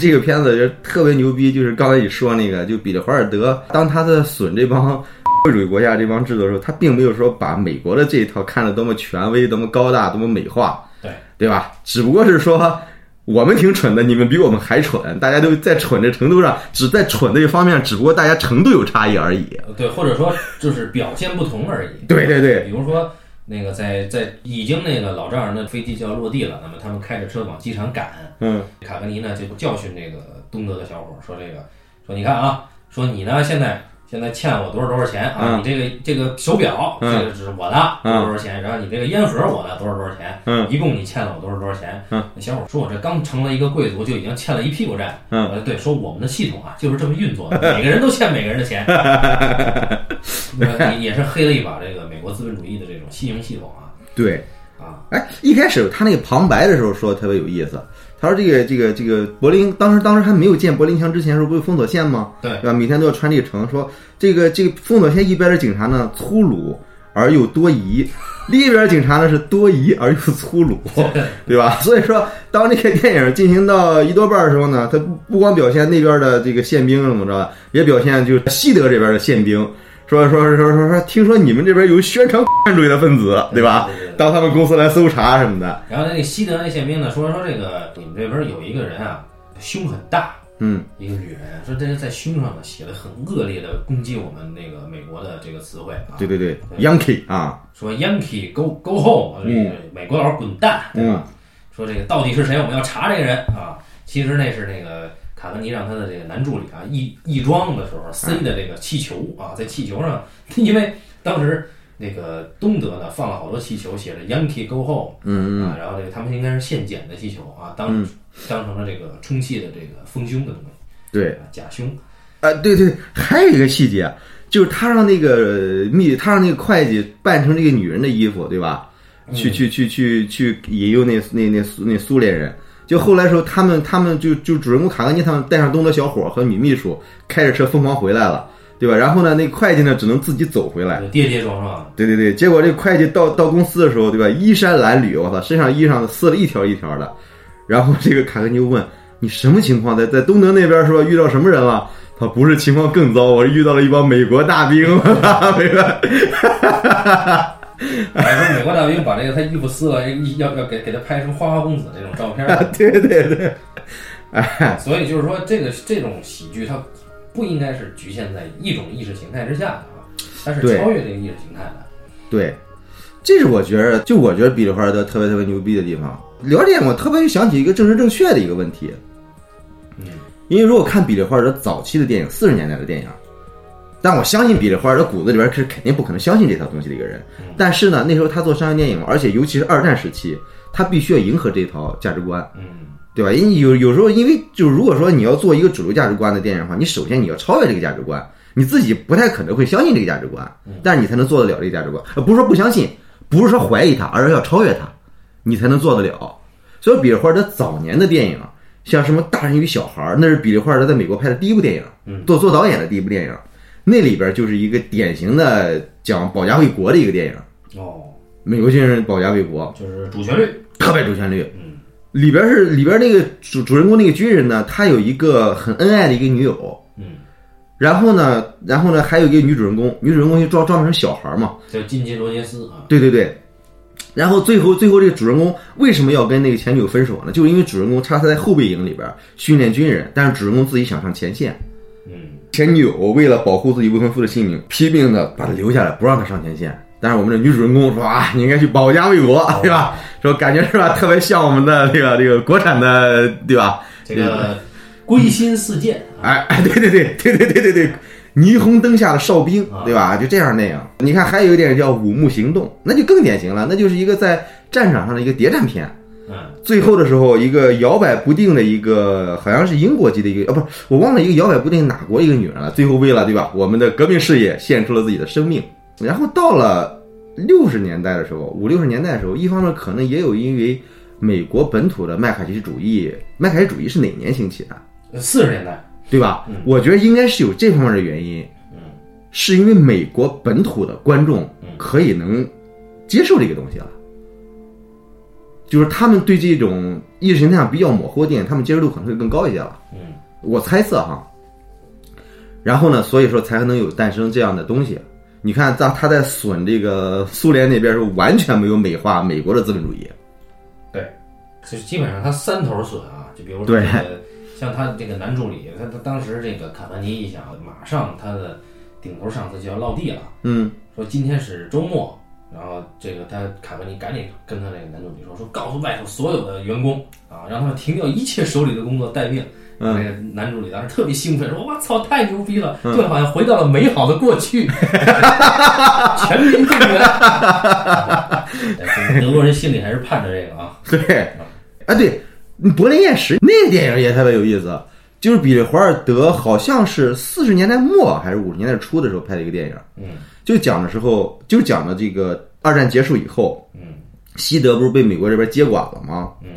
Speaker 2: 这个片子就特别牛逼，就是刚才你说那个，就彼得华尔德，当他在损这帮 社会主义国家这帮制度的时候，他并没有说把美国的这一套看得多么权威、多么高大、多么美化，
Speaker 1: 对
Speaker 2: 对吧？只不过是说。我们挺蠢的，你们比我们还蠢，大家都在蠢的程度上，只在蠢的一方面，只不过大家程度有差异而已。
Speaker 1: 对，或者说就是表现不同而已。
Speaker 2: 对对对，
Speaker 1: 比如说那个在在已经那个老丈人的飞机就要落地了，那么他们开着车往机场赶，
Speaker 2: 嗯
Speaker 1: 卡格尼呢就教训这个东德的小伙儿说：“这个说你看啊，说你呢现在现在欠我多少多少钱啊？
Speaker 2: 嗯
Speaker 1: 你这个这个手表、
Speaker 2: 嗯
Speaker 1: 这个是我的多
Speaker 2: 嗯
Speaker 1: 少多少钱，然后你这个烟盒我的多少多少钱，
Speaker 2: 嗯
Speaker 1: 一共你欠了我多少多少钱？
Speaker 2: 嗯
Speaker 1: 那小伙儿说我这刚成了一个贵族就已经欠了一屁股债。
Speaker 2: 嗯
Speaker 1: 呃，对，说我们的系统啊就是这么运作的，每个人都欠每个人的 钱，呃也也是黑了一把这个美国资本主义的这种信用系统啊
Speaker 2: 对。
Speaker 1: 啊。”
Speaker 2: 哎，一开始他那个旁白的时候说的特别有意思，他说这个这个这个柏林当时当时还没有建柏林墙之前的时候不是封锁线吗？
Speaker 1: 对
Speaker 2: 吧？每天都要穿这个城，说这个这个封锁线一边的警察呢粗鲁而又多疑， 另一边的警察呢是多疑而又粗鲁，对吧？所以说，当这个电影进行到一多半的时候呢，他不不光表现那边的这个宪兵怎么着，也表现就是西德这边的宪兵。说说说说说，听说你们这边有宣传 主义的分子，对吧？
Speaker 1: 对对对
Speaker 2: 到他们公司来搜查什么的。
Speaker 1: 然后那个西德那宪兵呢说说这个你们这边有一个人啊，胸很大，
Speaker 2: 嗯，
Speaker 1: 一个女人，说这是在胸上呢写了很恶劣的攻击我们那个美国的这个词汇啊，
Speaker 2: 对对对，Yankee 啊，
Speaker 1: 说 Yankee go go home，、
Speaker 2: 嗯
Speaker 1: 美国佬滚蛋，对
Speaker 2: 嗯
Speaker 1: 吧？说这个到底是谁，我们要查这个人啊。其实那是那个卡格尼让他的这个男助理啊翼翼装的时
Speaker 2: 嗯
Speaker 1: 候啊塞的这个气球啊，在气球上， 因为当时那个东德呢放了好多气球，写着 Yankee go home。
Speaker 2: 嗯
Speaker 1: 啊，然后这个他们应该是现捡的气球啊，当、当成了这个充气的这个丰胸的东西，
Speaker 2: 对，
Speaker 1: 啊假胸，
Speaker 2: 啊对对，还有一个细节，啊就是他让那个呃密，他让那个会计扮成这个女人的衣服，对吧？
Speaker 1: 嗯
Speaker 2: 去去去去去引诱那那那苏那苏联人。就后来时候，他们他们就就主人公卡格尼他们带上东德小伙和女秘书，开着车疯狂回来了，对吧？然后呢，那会计呢只能自己走回来。
Speaker 1: 就跌跌撞撞，
Speaker 2: 对对对，结果这会计到到公司的时候，对吧？衣衫褴褛，我操，身上衣裳撕了一条一条的。然后这个卡格尼就问你什么情况？在在东德那边说遇到什么人了？他不是情况更糟，我是遇到了一帮美国大兵， 美国
Speaker 1: 然后美国大兵把这个他衣服撕了，要要给给他拍成花花公子这种照片 儿，
Speaker 2: 对对对，
Speaker 1: 所以就是说这个这种喜剧它不应该是局限在一种意识形态之下的啊，它是
Speaker 2: 对
Speaker 1: 超越这个意识形态的。
Speaker 2: 对，这是我觉得，就我觉得彼得华尔德特别特别牛逼的地方。聊这点，我特别想起一个政治正确的一个问题。
Speaker 1: 嗯，
Speaker 2: 因为如果看彼得华尔德早期的电影，四十年代的电影，但我相信彼得华尔德骨子里边是肯定不可能相信这套东西的一个人。但是呢，那时候他做商业电影，而且尤其是二战时期，他必须要迎合这套价值观，
Speaker 1: 嗯，
Speaker 2: 对吧？因为有有时候，因为就如果说你要做一个主流价值观的电影的话，你首先你要超越这个价值观，你自己不太可能会相信这个价值观，但是你才能做得了这个价值观。呃，不是说不相信，不是说怀疑它，而是要超越它，你才能做得了。所以，比利华尔德早年的电影，像什么《大人与小孩》，那是比利华尔德在美国拍的第一部电影，做做导演的第一部电影，那里边就是一个典型的讲保家卫国的一个电影，
Speaker 1: 哦，
Speaker 2: 美国军人保家卫国。
Speaker 1: 就是主旋律，
Speaker 2: 特别主旋律。
Speaker 1: 嗯，
Speaker 2: 里边是里边那个主主人公那个军人呢，他有一个很恩爱的一个女友，
Speaker 1: 嗯，
Speaker 2: 然后呢，然后呢还有一个女主人公，女主人公就装装扮成小孩嘛，
Speaker 1: 叫金杰罗杰斯啊，
Speaker 2: 对对对。然后最后最后这个主人公为什么要跟那个前女友分手呢？就是因为主人公他他在后备营里边训练军人，但是主人公自己想上前线，
Speaker 1: 嗯
Speaker 2: 前女友为了保护自己未婚夫的性命，拼命的把他留下来，不让他上前线。但是我们的女主人公说啊，你应该去保家卫国，对吧？说感觉是吧，特别像我们的这个这个国产的，对吧？
Speaker 1: 这个
Speaker 2: 嗯
Speaker 1: 归心似箭啊，
Speaker 2: 哎，哎，对对对对对对对对，霓虹灯下的哨兵，对吧？就这样那样。你看，还有一个电影叫《五木行动》，那就更典型了，那就是一个在战场上的一个谍战片。
Speaker 1: 嗯
Speaker 2: 最后的时候，一个摇摆不定的一个，好像是英国籍的一个，啊，不是，我忘了一个摇摆不定哪国一个女人了。最后为了对吧，我们的革命事业献出了自己的生命。然后到了六十年代的时候，五六十年代的时候，一方面可能也有因为美国本土的麦卡锡主义，麦卡锡主义是哪年兴起的？
Speaker 1: 四十年代，
Speaker 2: 对吧
Speaker 1: 嗯？
Speaker 2: 我觉得应该是有这方面的原因，
Speaker 1: 嗯
Speaker 2: 是因为美国本土的观众
Speaker 1: 嗯
Speaker 2: 可以能接受这个东西了，就是他们对这种意识形态上比较模糊的电影，他们接受度可能会更高一些了。
Speaker 1: 嗯
Speaker 2: 我猜测哈。然后呢，所以说才能有诞生这样的东西。你看，在他在损这个苏联那边是完全没有美化美国的资本主义，
Speaker 1: 就是基本上他三头损啊，就比如说
Speaker 2: 对
Speaker 1: 这个，像他的这个男助理，他他当时这个卡凡尼一想，马上他的顶头上司就要落地了，
Speaker 2: 嗯，
Speaker 1: 说今天是周末，然后这个他卡凡尼赶紧跟他这个男助理说，说告诉外头所有的员工啊，让他们停掉一切手里的工作待命。
Speaker 2: 嗯嗯
Speaker 1: 那个男助理当时特别兴奋，说：“我操，太牛逼了！就好像回到了美好的过去， 全民动 员。哎”德国人心里还是盼着这个啊，
Speaker 2: 对，啊对，柏林夜食那个电影也特别有意思，就是比利华尔德好像是四十年代末还是五十年代初的时候拍的一个电影，
Speaker 1: 嗯
Speaker 2: 就讲的时候就讲的这个二战结束以后，
Speaker 1: 嗯
Speaker 2: 西德不是被美国这边接管了吗？
Speaker 1: 嗯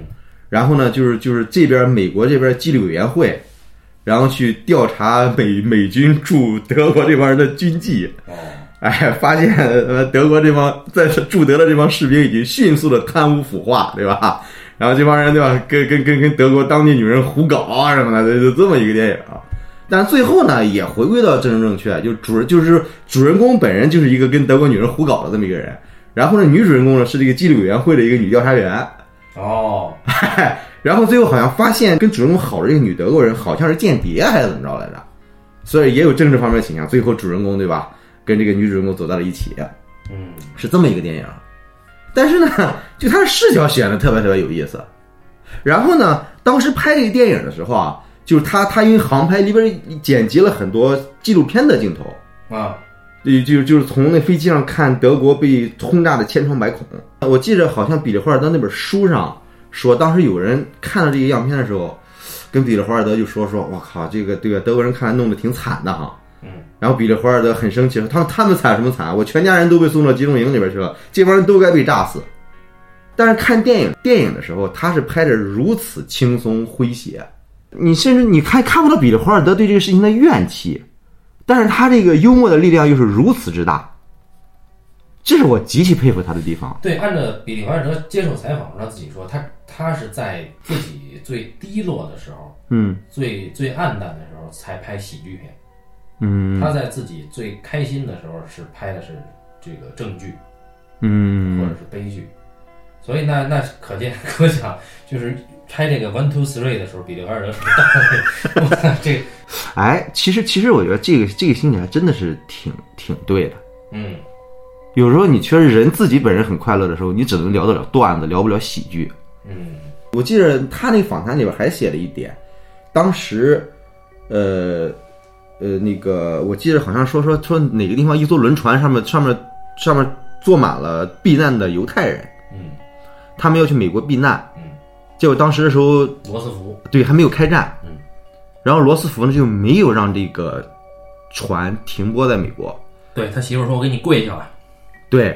Speaker 2: 然后呢，就是就是这边美国这边纪律委员会。然后去调查美美军驻德国这帮人的军纪，
Speaker 1: 哦，
Speaker 2: 哎，发现呃德国这帮在驻德的这帮士兵已经迅速的贪污腐化，对吧？然后这帮人对吧，跟跟跟跟德国当地女人胡搞啊什么的，就就这么一个电影。啊但最后呢，也回归到政治正确，就主就是主人公本人就是一个跟德国女人胡搞的这么一个人。然后呢，女主人公呢是这个纪律委员会的一个女调查员。
Speaker 1: 哦，
Speaker 2: 然后最后好像发现跟主人公好的这个女德国人好像是间谍还是怎么着来着，所以也有政治方面的倾向。最后主人公对吧，跟这个女主人公走到了一起。啊
Speaker 1: 嗯，
Speaker 2: 是这么一个电影。但是呢，就他的视角选的特别特别有意思。然后呢，当时拍这个电影的时候啊，就是他他因为航拍里边剪辑了很多纪录片的镜头，
Speaker 1: 啊，
Speaker 2: 就就就是从那飞机上看德国被轰炸的千疮百孔。我记着好像比利华尔德那本书上说，当时有人看到这个样片的时候，跟比利华尔德就说说，我靠，这个这个德国人看来弄得挺惨的哈。
Speaker 1: 嗯
Speaker 2: 然后比利华尔德很生气，说他们他们惨什么惨？啊我全家人都被送到集中营里边去了，这帮人都该被炸死。但是看电影电影的时候，他是拍的如此轻松诙谐，你甚至你看看不到比利华尔德对这个事情的怨气，但是他这个幽默的力量又是如此之大，这是我极其佩服他的地方。
Speaker 1: 对，按照比利怀尔德接受采访，他自己说，他他是在自己最低落的时候，
Speaker 2: 嗯
Speaker 1: 最最暗淡的时候才拍喜剧片，
Speaker 2: 嗯
Speaker 1: 他在自己最开心的时候是拍的是这个正剧或
Speaker 2: 嗯
Speaker 1: 者是悲剧，所以那那可见 可想就是。拍这个 one two three 的时候，比利怀尔德是到位。 哇这，
Speaker 2: 哎，其实其实我觉得这个这个心理还啊真的是挺挺对的。
Speaker 1: 嗯，
Speaker 2: 有时候你确实人自己本人很快乐的时候，你只能聊得了段子，聊不了喜剧。
Speaker 1: 嗯，
Speaker 2: 我记得他那访谈里边还写了一点，当时，呃，呃，那个我记得好像说说说哪个地方一艘轮船上面上面上面坐满了避难的犹太人，
Speaker 1: 嗯，
Speaker 2: 他们要去美国避难，
Speaker 1: 嗯，
Speaker 2: 结果当时的时候
Speaker 1: 罗斯福，
Speaker 2: 对，还没有开战。
Speaker 1: 嗯，
Speaker 2: 然后罗斯福呢就没有让这个船停泊在美国。
Speaker 1: 对他媳妇儿说：“我给你跪下来。
Speaker 2: 对，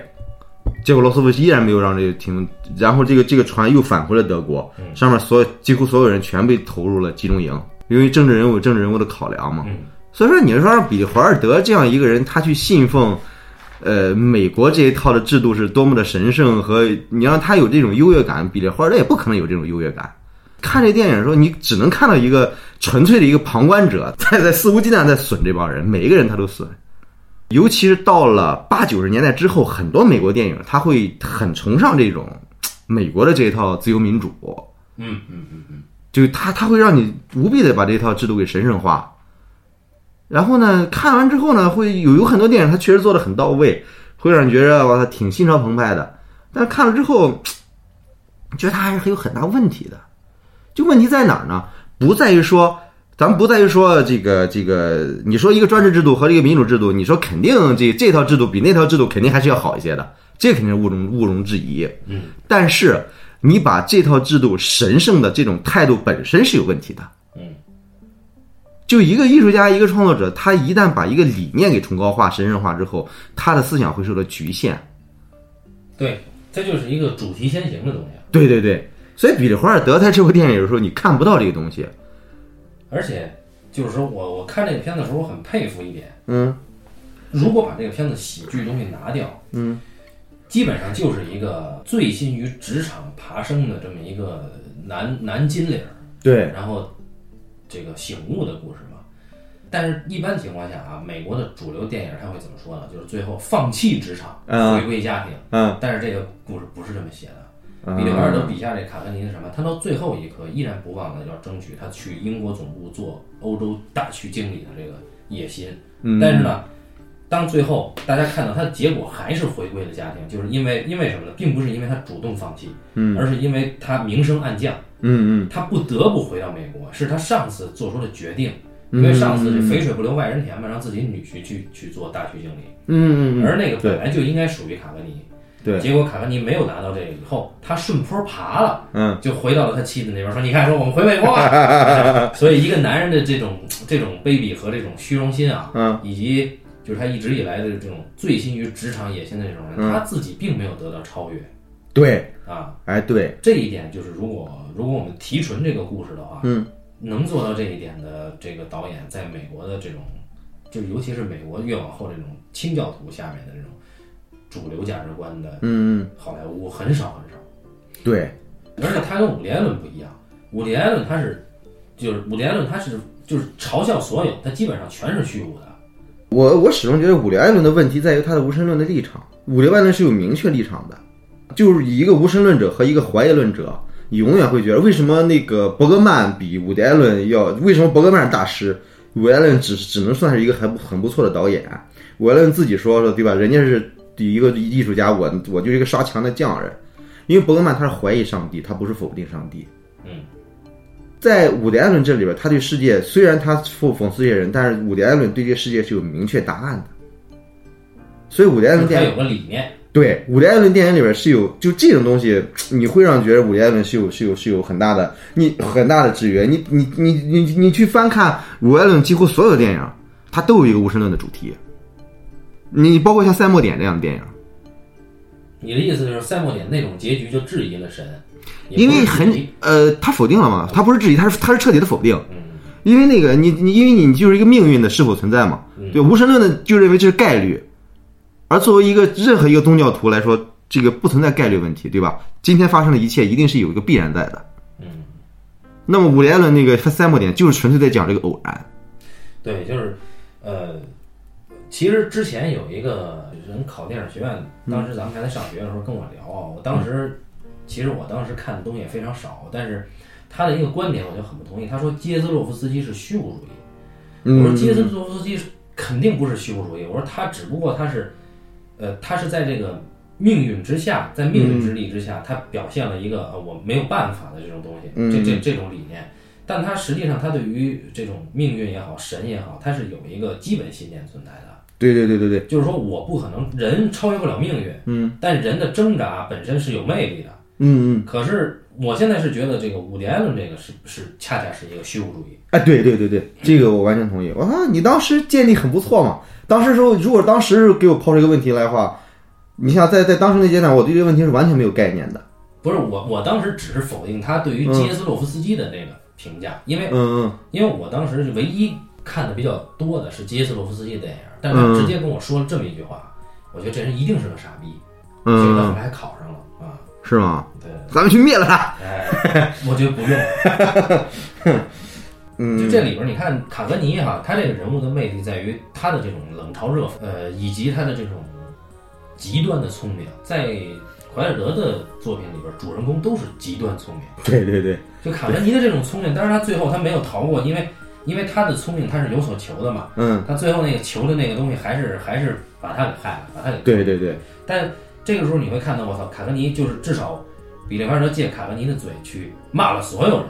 Speaker 2: 结果罗斯福依然没有让这个停，然后这个这个船又返回了德国，
Speaker 1: 嗯
Speaker 2: 上面所有几乎所有人全被投入了集中营，因为政治人物有政治人物的考量”嘛。
Speaker 1: 嗯，
Speaker 2: 所以说，你说让比利华尔德这样一个人，他去信奉呃，美国这一套的制度是多么的神圣，和你让他有这种优越感，比利花他也不可能有这种优越感。看这电影的时候，你只能看到一个纯粹的一个旁观者，在在肆无忌惮在损这帮人，每一个人他都损。尤其是到了八九十年代之后，很多美国电影他会很崇尚这种美国的这一套自由民主，
Speaker 1: 嗯嗯嗯嗯，
Speaker 2: 就他他会让你无必得把这套制度给神圣化。然后呢，看完之后呢，会有有很多电影，它确实做的很到位，会让你觉得哇，它挺心潮澎湃的。但看了之后，觉得它还是很有很大问题的。就问题在哪儿呢？不在于说，咱们不在于说这个这个，你说一个专制制度和这个民主制度，你说肯定这这套制度比那套制度肯定还是要好一些的，这肯定是毋庸毋庸置疑。
Speaker 1: 嗯，
Speaker 2: 但是你把这套制度神圣的这种态度本身是有问题的。
Speaker 1: 嗯，
Speaker 2: 就一个艺术家、一个创作者，他一旦把一个理念给崇高化、神圣化之后，他的思想会受到局限。
Speaker 1: 对，这就是一个主题先行的东西。啊
Speaker 2: 对对对，所以比利·华尔德在这部电影有时候你看不到这个东西。
Speaker 1: 而且就是说我我看这个片子的时候，我很佩服一点，
Speaker 2: 嗯
Speaker 1: 如果把这个片子喜剧东西拿掉，
Speaker 2: 嗯，
Speaker 1: 基本上就是一个醉心于职场爬升的这么一个男男金领儿，
Speaker 2: 对，
Speaker 1: 然后这个醒悟的故事嘛。但是，一般情况下啊，美国的主流电影它会怎么说呢？就是最后放弃职场，
Speaker 2: 嗯
Speaker 1: 回归家庭。
Speaker 2: 嗯
Speaker 1: 但是这个故事不是这么写的。比利华尔
Speaker 2: 嗯
Speaker 1: 德笔下这卡特尼是什么？他到最后一刻依然不忘了要争取他去英国总部做欧洲大区经理的这个野心。
Speaker 2: 嗯
Speaker 1: 但是呢，当最后大家看到他的结果还是回归了家庭，就是因为因为什么呢？并不是因为他主动放弃，
Speaker 2: 嗯
Speaker 1: 而是因为他明升暗降，
Speaker 2: 嗯嗯
Speaker 1: 他不得不回到美国，是他上司做出的决定。
Speaker 2: 嗯
Speaker 1: 因为上司是肥水不流外人田嘛，让自己女婿去去做大区经理，
Speaker 2: 嗯嗯
Speaker 1: 而那个
Speaker 2: 对
Speaker 1: 本来就应该属于卡格尼，
Speaker 2: 对，
Speaker 1: 结果卡格尼没有拿到这个以后，他顺坡爬了，
Speaker 2: 嗯
Speaker 1: 就回到了他妻子那边，说：“你看，说我们回美国 吧。”所以，一个男人的这种这种卑鄙和这种虚荣心啊，
Speaker 2: 嗯
Speaker 1: 以及就是他一直以来的这种醉心于职场野心的这种人，
Speaker 2: 嗯
Speaker 1: 他自己并没有得到超越
Speaker 2: 对，
Speaker 1: 啊。
Speaker 2: 哎对，
Speaker 1: 这一点就是，如果如果我们提纯这个故事的话，
Speaker 2: 嗯，
Speaker 1: 能做到这一点的这个导演，在美国的这种，就尤其是美国越往后这种清教徒下面的这种主流价值观的
Speaker 2: 嗯嗯
Speaker 1: 好莱坞很少很少。
Speaker 2: 对，
Speaker 1: 而且他跟伍迪·艾伦不一样，伍迪·艾伦他是，就是伍迪·艾伦他是就是嘲笑所有，他基本上全是虚无的。
Speaker 2: 我我始终觉得伍迪·艾伦的问题在于他的无神论的立场。伍迪·艾伦是有明确立场的，就是以一个无神论者和一个怀疑论者，你永远会觉得为什么那个伯格曼比伍迪·艾伦要，为什么伯格曼是大师，伍迪·艾伦只只能算是一个很不很不错的导演。啊伍迪·艾伦自己说说对吧？人家是一个艺术家，我我就是一个刷墙的匠人。因为伯格曼他是怀疑上帝，他不是否定上帝。
Speaker 1: 嗯，
Speaker 2: 在伍迪·艾伦这里边，他对世界虽然他讽讽刺这些人，但是伍迪·艾伦对这个世界是有明确答案的。所以伍迪·艾
Speaker 1: 就
Speaker 2: 伦
Speaker 1: 是他
Speaker 2: 电影
Speaker 1: 有个理念，
Speaker 2: 对伍迪·艾伦电影里边是有就这种东西，你会让觉得伍迪·艾伦是有是有是有很大的你很大的制约。你你你你你你去翻看伍迪·艾伦几乎所有的电影，它都有一个无神论的主题。你包括像《赛末点》这样的电影，
Speaker 1: 你的意思就是赛末点那种结局就质疑了神，也
Speaker 2: 因
Speaker 1: 不
Speaker 2: 为
Speaker 1: 是
Speaker 2: 很
Speaker 1: 质疑
Speaker 2: 呃，他否定了嘛，他不是质疑，他是他是彻底的否定。
Speaker 1: 嗯
Speaker 2: 因为那个你你因为你就是一个命运的是否存在嘛，
Speaker 1: 嗯
Speaker 2: 对无神论的就认为这是概率，而作为一个任何一个宗教徒来说，这个不存在概率问题，对吧？今天发生的一切一定是有一个必然在的。
Speaker 1: 嗯，
Speaker 2: 那么伍迪·艾伦那个三莫点就是纯粹在讲这个偶然，
Speaker 1: 对，就是呃，其实之前有一个人考电影学院，当时咱们还在上学的时候跟我聊啊，我当时其实我当时看的东西也非常少，但是他的一个观点我就很不同意，他说杰兹洛夫斯基是虚无主义。我说
Speaker 2: 嗯
Speaker 1: 杰森·佐夫斯基肯定不是虚无主义，我说他只不过他是，呃，他是在这个命运之下，在命
Speaker 2: 嗯
Speaker 1: 运之力之下，他表现了一个呃我没有办法的这种东西，
Speaker 2: 嗯
Speaker 1: 这这这种理念。但他实际上，他对于这种命运也好，神也好，他是有一个基本信念存在的，
Speaker 2: 对对对对对，
Speaker 1: 就是说我不可能人超越不了命运，
Speaker 2: 嗯，
Speaker 1: 但人的挣扎本身是有魅力的。
Speaker 2: 嗯嗯，
Speaker 1: 可是我现在是觉得这个伍迪·艾伦这个是是恰恰是一个虚无主义，
Speaker 2: 哎，对对对对，这个我完全同意。我啊，你当时建立很不错嘛，当时时候如果当时给我抛出一个问题来的话，你像在在当时那阶段，我对这个问题是完全没有概念的。
Speaker 1: 不是我，我当时只是否定他对于杰斯洛夫斯基的那个评价，因为
Speaker 2: 嗯嗯
Speaker 1: 因为我当时
Speaker 2: 嗯
Speaker 1: 唯一看的比较多的是杰斯洛夫斯基的电影，但是他直接跟我说了这么一句话，我觉得这人一定是个傻逼，结果后
Speaker 2: 嗯，
Speaker 1: 来还考上了啊。
Speaker 2: 是吗？
Speaker 1: 对，
Speaker 2: 咱们去灭了他。
Speaker 1: 哎，我觉得不用。就
Speaker 2: 嗯
Speaker 1: 这里边，你看卡格尼哈，他这个人物的魅力在于他的这种冷嘲热讽，呃，以及他的这种极端的聪明。在怀尔德的作品里边，主人公都是极端聪明。
Speaker 2: 对对对，
Speaker 1: 就卡格尼的这种聪明，但是他最后他没有逃过，因为因为他的聪明他是有所求的嘛。
Speaker 2: 嗯，
Speaker 1: 他最后那个求的那个东西，还是还是把他给害了，把他给
Speaker 2: 对对对，
Speaker 1: 但这个时候你会看到，我操，卡格尼就是至少比利怀尔德借卡格尼的嘴去骂了所有人。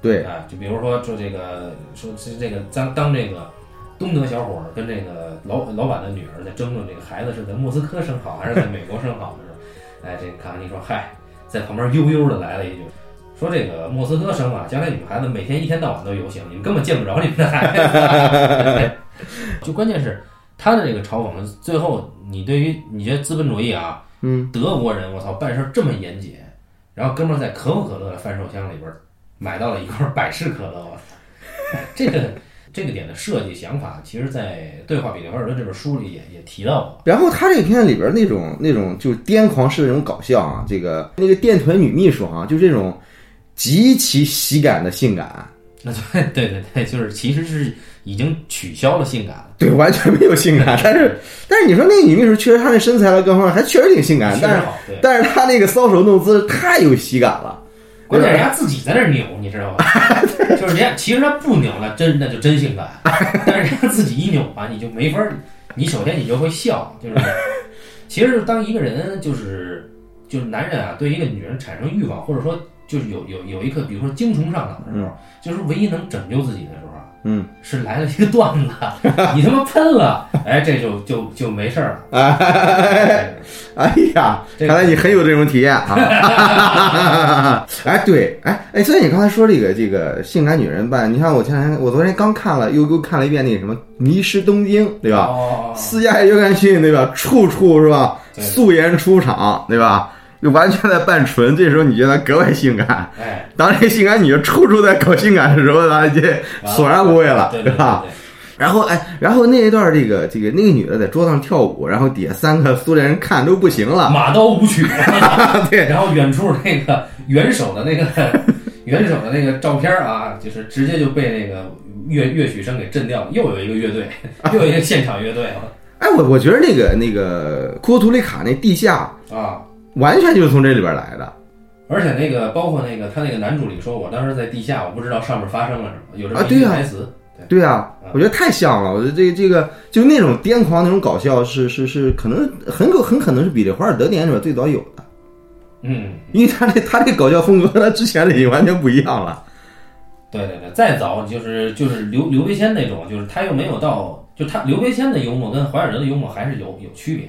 Speaker 2: 对，
Speaker 1: 啊，就比如说说这个说是这个当当这个东德小伙儿跟这个老老板的女儿在争论这个孩子是在莫斯科生好还是在美国生好的时候，哎，这个卡尼说嗨，在旁边悠悠的来了一句。说这个莫斯科生啊，将来你们孩子每天一天到晚都游行，你们根本见不着你们的孩子。 就关键是他的这个嘲讽，最后你对于你觉得资本主义啊，
Speaker 2: 嗯，
Speaker 1: 德国人，我操，办事儿这么严谨。然后哥们儿在可口可乐的贩售箱里边儿买到了一罐百事可乐，我操！这个这个点的设计想法，其实在《对话比利怀尔德》这本书里也也提到过。
Speaker 2: 然后他这个片子里边那种那种就是癫狂式的那种搞笑啊，这个那个电臀女秘书啊，就这种极其喜感的性感，
Speaker 1: 那就对对对，就是其实是已经取消了性感了，
Speaker 2: 对，完全没有性感，但是但是你说那个女秘书确实她那身材了各方面还确实挺性感，
Speaker 1: 确
Speaker 2: 啊但
Speaker 1: 实
Speaker 2: 是
Speaker 1: 好。对，
Speaker 2: 但是她那个搔首弄姿太有喜感了，
Speaker 1: 关键人家自己在那儿扭，你知道吧？ 就是人家其实他不扭了，真那就真性 感，但是人家自己一扭吧，你就没法儿，你首先你就会笑， 就是其实当一个人就是就是男人啊，对一个女人产生欲望，或者说就是有有有一刻，比如说精虫上脑的时候，就是唯一能拯救自己的时候啊。
Speaker 2: 嗯，
Speaker 1: 是来了一个段子，你他妈喷了，哎，这就就就没事儿 了。哎
Speaker 2: 哎呀，
Speaker 1: 这
Speaker 2: 看
Speaker 1: 个
Speaker 2: 来你很有这种体 验啊！哎，对，哎哎，所以你刚才说这个这个性感女人办，你看我前两天我昨天刚看了又又看了一遍那个什么《迷失东京》，对吧？
Speaker 1: 哦，
Speaker 2: 私下约干逊对吧？处处是吧？
Speaker 1: 对
Speaker 2: 素颜出场对吧？又完全在扮纯，这时候你觉得格外性感。
Speaker 1: 哎，
Speaker 2: 当这性感女人处处在搞性感的时候，咱就
Speaker 1: 完
Speaker 2: 索然无味了，
Speaker 1: 对
Speaker 2: 对
Speaker 1: 对
Speaker 2: 吧？
Speaker 1: 对
Speaker 2: 然后哎，然后那一段儿这个这个那个女的在桌上跳舞，然后底下三个苏联人看都不行 了，
Speaker 1: 马刀舞曲，
Speaker 2: 对，
Speaker 1: 然后远处那个元首的那 个元首的那个照片啊，就是直接就被那个乐乐曲声给震掉了，又有一个 乐队，又有一个现场乐队了
Speaker 2: 哎，我我觉得那个那个库图里卡那地下
Speaker 1: 啊！
Speaker 2: 完全就是从这里边来的
Speaker 1: 而且那个包括那个他那个男主里说，我当时在地下，我不知道上面发生了什么，有这
Speaker 2: 啊
Speaker 1: 么
Speaker 2: 对
Speaker 1: 一个
Speaker 2: 啊
Speaker 1: 台词，
Speaker 2: 对啊，
Speaker 1: 嗯
Speaker 2: 我觉得太像了，我觉得这个这个就那种癫狂那种搞笑是是是，可能很可很可能是比利华尔德电影里边最早有的，
Speaker 1: 嗯。
Speaker 2: 因为他这他这搞笑风格和他之前的已经完全不一样了，
Speaker 1: 对对对，再早就是就是刘刘别谦那种，就是他又没有到，就他刘别谦的幽默跟怀尔德的幽默还是有有区别。